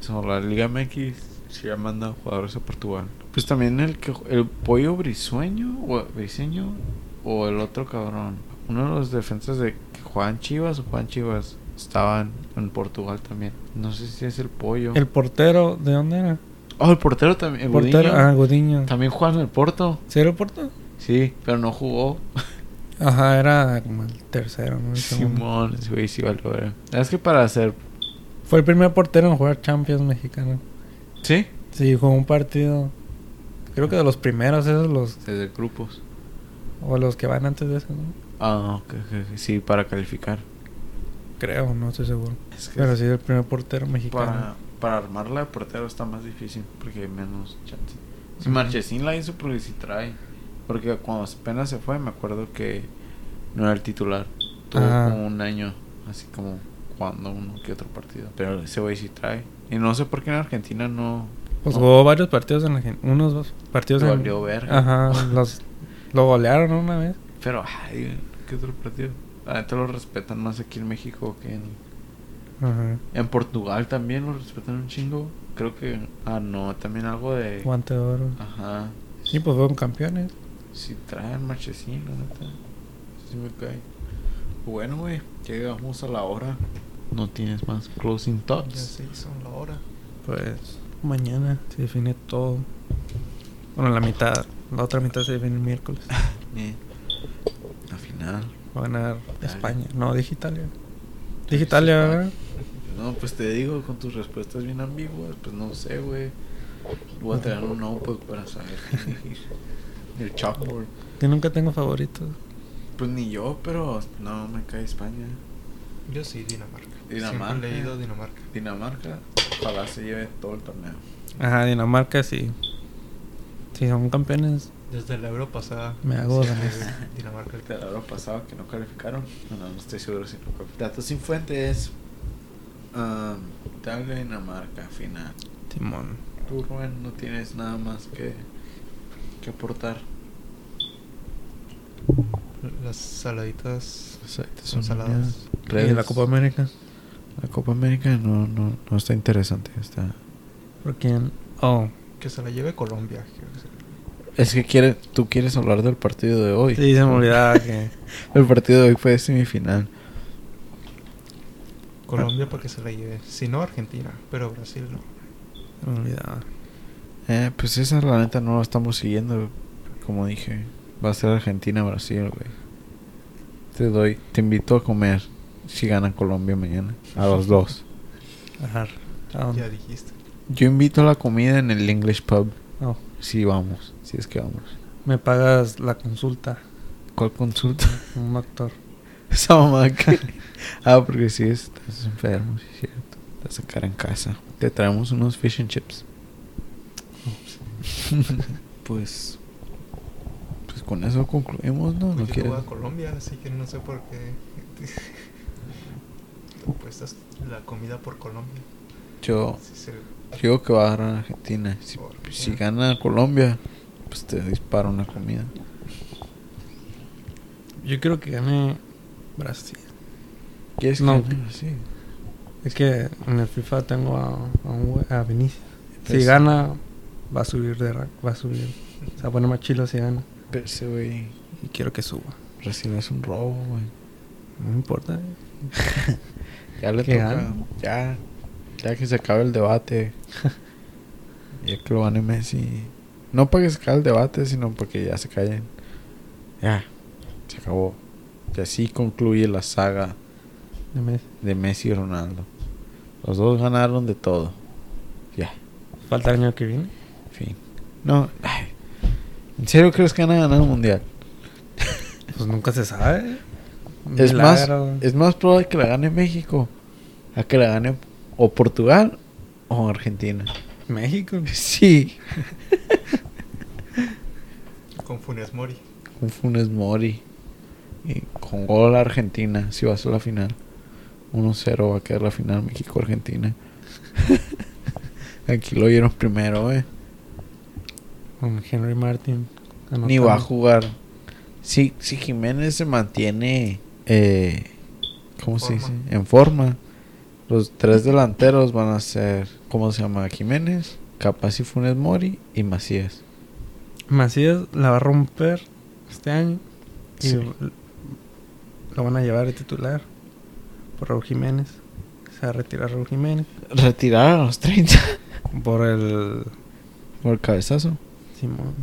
Speaker 1: Son la Liga MX se ha mandado jugadores a Portugal. Pues también el que ju- el pollo brisueño o briseño o el otro cabrón. Uno de los defensas de que Juan Chivas o Juan Chivas estaban en Portugal también. No sé si es el pollo.
Speaker 4: El portero, ¿de dónde era?
Speaker 1: Oh, el portero también. el
Speaker 4: portero,
Speaker 1: Gudiño.
Speaker 4: ah, Gudiño.
Speaker 1: También juega en el Porto.
Speaker 4: ¿Sí era el portero?
Speaker 1: Sí, pero no jugó.
Speaker 4: Ah, Ajá, era como el tercero, ¿no? El segundo.
Speaker 1: Simón, ese güey sí vale, verga. Es que para hacer.
Speaker 4: Fue el primer portero en jugar Champions mexicano.
Speaker 1: Sí,
Speaker 4: Sí, jugó un partido. Creo que de los primeros, esos los.
Speaker 1: desde grupos.
Speaker 4: O los que van antes de eso, ¿no?
Speaker 1: Ah, ok, ok, ok. sí, para calificar.
Speaker 4: Creo, no estoy seguro.
Speaker 1: Es que
Speaker 4: Pero sí, el primer portero
Speaker 1: Para,
Speaker 4: mexicano.
Speaker 1: para armarla de portero está más difícil porque hay menos chance. Si
Speaker 4: Ujú.
Speaker 1: Marchesín la hizo porque si trae. Porque cuando apenas se fue me acuerdo que no era el titular. Tuvo
Speaker 4: Ajá.
Speaker 1: como un año así como jugando uno que otro partido. Pero ese güey sí trae. Y no sé por qué en Argentina no...
Speaker 4: Pues
Speaker 1: no.
Speaker 4: jugó varios partidos en la gen- Unos dos partidos
Speaker 1: Le
Speaker 4: en.
Speaker 1: valió verga.
Speaker 4: Ajá, los. Lo golearon una vez.
Speaker 1: Pero, ay, ¿qué otro partido? La neta lo respetan más aquí en México que en...
Speaker 4: Ajá.
Speaker 1: En Portugal también lo respetan un chingo. Creo que... Ah, no, también algo de...
Speaker 4: Guante de oro.
Speaker 1: Ajá.
Speaker 4: Sí, pues fueron campeones.
Speaker 1: Si traen marchesín, la neta. Si me cae. Bueno, güey, llegamos a la hora. No tienes más closing
Speaker 2: Ya
Speaker 1: thoughts.
Speaker 2: se hizo la hora.
Speaker 4: Pues mañana se define todo. Bueno, la mitad. La otra mitad se define el miércoles.
Speaker 1: Eh. La final.
Speaker 4: Va a ganar
Speaker 1: Italia.
Speaker 4: España. No, dije Italia. Dije Italia, ¿verdad?
Speaker 1: No, pues te digo, con tus respuestas bien ambiguas, pues no sé, güey. Voy a traer un notebook para saber quién elegir. El chalkboard.
Speaker 4: Yo nunca tengo favoritos.
Speaker 1: Pues ni yo, pero no me cae España.
Speaker 2: Yo sí, Dinamarca.
Speaker 1: Dinamarca.
Speaker 2: Siempre he leído Dinamarca.
Speaker 1: Dinamarca, ojalá se lleve todo el torneo.
Speaker 4: Ajá, Dinamarca sí. Si son campeones,
Speaker 2: Desde la euro pasada.
Speaker 4: Me hago
Speaker 2: siempre
Speaker 4: daño.
Speaker 2: es Dinamarca el
Speaker 1: De la hora pasada que no calificaron. No, no, no estoy seguro si no calificaron. Datos sin fuentes. Ah, Italia, Dinamarca, final.
Speaker 4: Timón.
Speaker 1: Tú, Rubén, no tienes nada más que, que aportar.
Speaker 2: Las saladitas
Speaker 1: Exacto,
Speaker 2: son saladas.
Speaker 4: ¿Y de la Copa América?
Speaker 1: La Copa América no, no, no está interesante. Está...
Speaker 4: ¿Por quién? Oh,
Speaker 2: Que se la lleve Colombia. quiero decir.
Speaker 1: Es que quiere, tú quieres hablar del partido de hoy.
Speaker 4: sí, se me olvidaba que.
Speaker 1: El partido de hoy fue semifinal.
Speaker 2: Colombia para que se la lleve. Si no, Argentina. Pero Brasil no.
Speaker 4: Se me olvidaba.
Speaker 1: Eh, pues esa la neta no la estamos siguiendo. Como dije, va a ser Argentina-Brasil, güey. Te doy, te invito a comer si gana Colombia mañana. A los dos.
Speaker 4: Ajá. ¿A
Speaker 2: Ya
Speaker 4: dónde?
Speaker 2: dijiste.
Speaker 1: Yo invito a la comida en el English Pub.
Speaker 4: Oh,
Speaker 1: Si vamos, si es que vamos.
Speaker 4: me pagas la consulta.
Speaker 1: ¿Cuál consulta?
Speaker 4: Un doctor.
Speaker 1: Esa mamá que- Ah, porque si estás enfermo, sí es cierto. Te vas a sacar en casa. Te traemos unos fish and chips. pues. Pues con eso concluimos, ¿no?
Speaker 2: Pues
Speaker 1: ¿No
Speaker 2: yo
Speaker 1: quieres?
Speaker 2: voy a Colombia, así que no sé por qué. Apuestas la comida por Colombia.
Speaker 1: Yo
Speaker 2: Si se-
Speaker 1: digo que va a ganar Argentina. Si,
Speaker 2: por-
Speaker 1: si gana Colombia, pues te disparo una comida.
Speaker 4: Yo quiero que gane Brasil.
Speaker 1: ¿Quieres que
Speaker 4: No.
Speaker 1: gane? Sí.
Speaker 4: Es que en el FIFA tengo a, a un güey- a Vinicius. Si
Speaker 1: Pues-
Speaker 4: gana, va a subir de rank, va a subir. Se va a poner más chilo si gana.
Speaker 1: Pero ese pues, güey
Speaker 4: Y quiero que suba.
Speaker 1: recibes un robo, güey.
Speaker 4: No me importa. eh.
Speaker 1: Ya le
Speaker 4: Que
Speaker 1: toca.
Speaker 4: gane.
Speaker 1: Ya. Ya que se acabe el debate. ya que lo gane Messi. No para que se acabe el debate, sino porque ya se callen. Ya. Se acabó. Y así concluye la saga
Speaker 4: De Messi.
Speaker 1: de Messi y Ronaldo. Los dos ganaron de todo. Ya.
Speaker 4: Falta el año que viene.
Speaker 1: Fin. No. ay. ¿En serio crees que van a ganar el mundial?
Speaker 4: Pues nunca se sabe. Un
Speaker 1: Es más,
Speaker 4: milagro.
Speaker 1: es más probable que la gane México a que la gane o Portugal o Argentina.
Speaker 4: México.
Speaker 1: Sí.
Speaker 2: Con Funes Mori.
Speaker 1: con Funes Mori y con gol a Argentina si va a ser la final 1-0 va a quedar la final México-Argentina aquí lo oyeron primero eh.
Speaker 4: Con Henry Martin.
Speaker 1: ni
Speaker 4: anotando.
Speaker 1: va a jugar si, si Jiménez se mantiene eh, ¿cómo se dice?
Speaker 2: Forma.
Speaker 1: en forma los tres delanteros van a ser ¿cómo se llama? Jiménez Capaz y Funes Mori y Macías
Speaker 4: Macías la va a romper este año. Y
Speaker 1: Sí.
Speaker 4: lo van a llevar de titular. Por Raúl Jiménez. Se va a retirar Raúl Jiménez.
Speaker 1: retirar a los 30
Speaker 4: Por el
Speaker 1: por el cabezazo
Speaker 4: Simón.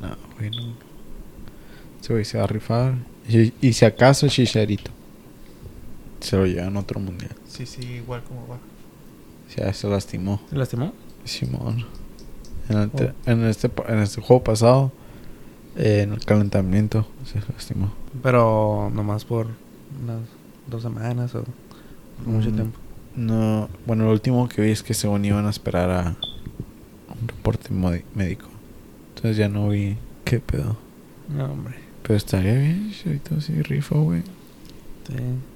Speaker 1: No, güey, no. Ese güey se va a rifar. Y, y si acaso Chicharito. Se lo llevan a otro mundial.
Speaker 2: Sí, sí, igual como va.
Speaker 1: Si ya se lastimó.
Speaker 4: ¿Se lastimó?
Speaker 1: Simón. En, el te- en este, pa- en este juego pasado, eh, en el calentamiento, se lastimó.
Speaker 4: Pero nomás por unas dos semanas o por mucho
Speaker 1: Mm.
Speaker 4: tiempo.
Speaker 1: No, bueno, lo último que vi es que según iban a esperar a un reporte modi- médico. Entonces ya no vi qué pedo.
Speaker 4: No, hombre.
Speaker 1: Pero estaría bien, Chicharito, si rifa, güey.
Speaker 4: Sí.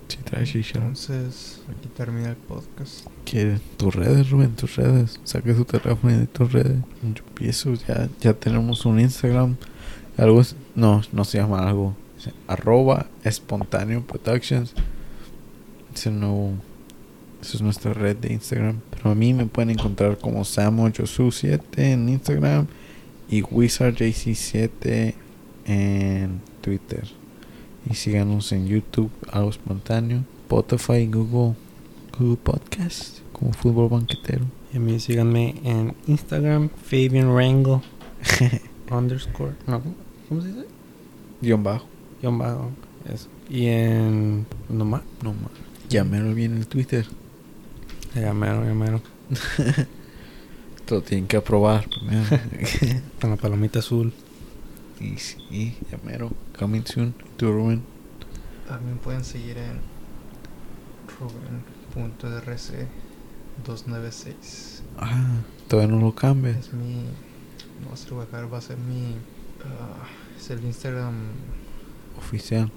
Speaker 1: Si trae Chicharito.
Speaker 2: Entonces, aquí termina el podcast.
Speaker 1: que tus redes, Rubén, tus redes. Saque su teléfono y de tus redes. Yo pienso, ya, ya tenemos un Instagram. Algo, es- no, no se llama algo. Se- Arroba espontáneo productions. Ese no, esa es nuestra red de Instagram. Pero a mí me pueden encontrar como Samoyosu7 en Instagram y WizardJC7 en Twitter. Y síganos en YouTube, algo espontáneo, Spotify, Google. Google Podcast como fútbol banquetero.
Speaker 4: Y a mí síganme en Instagram, Fabian Rango underscore. No, ¿cómo- ¿Cómo se dice?
Speaker 3: Guión bajo.
Speaker 4: Guión bajo. Eso. Y en. No más.
Speaker 1: No mames. Llámelo bien el Twitter.
Speaker 4: Ya mero, ya mero.
Speaker 1: Te lo tienen que aprobar primero.
Speaker 4: Con la palomita azul.
Speaker 1: y sí, llamero. Coming soon to Ruben.
Speaker 2: También pueden seguir en Ruben.rc296.
Speaker 1: Ah, todavía no lo cambies.
Speaker 2: Es mi. No va a ser bajar, va a ser mi. ah, es el Instagram
Speaker 1: Oficial.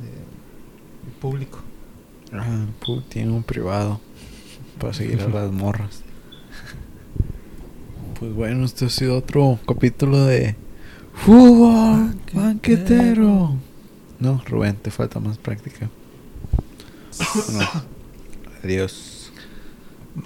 Speaker 2: de público.
Speaker 1: Ah, pu- tiene un privado. Para seguir a las morras. Pues bueno, este ha sido otro capítulo de Fútbol Banquetero. No, Rubén, te falta más práctica. Bueno, adiós.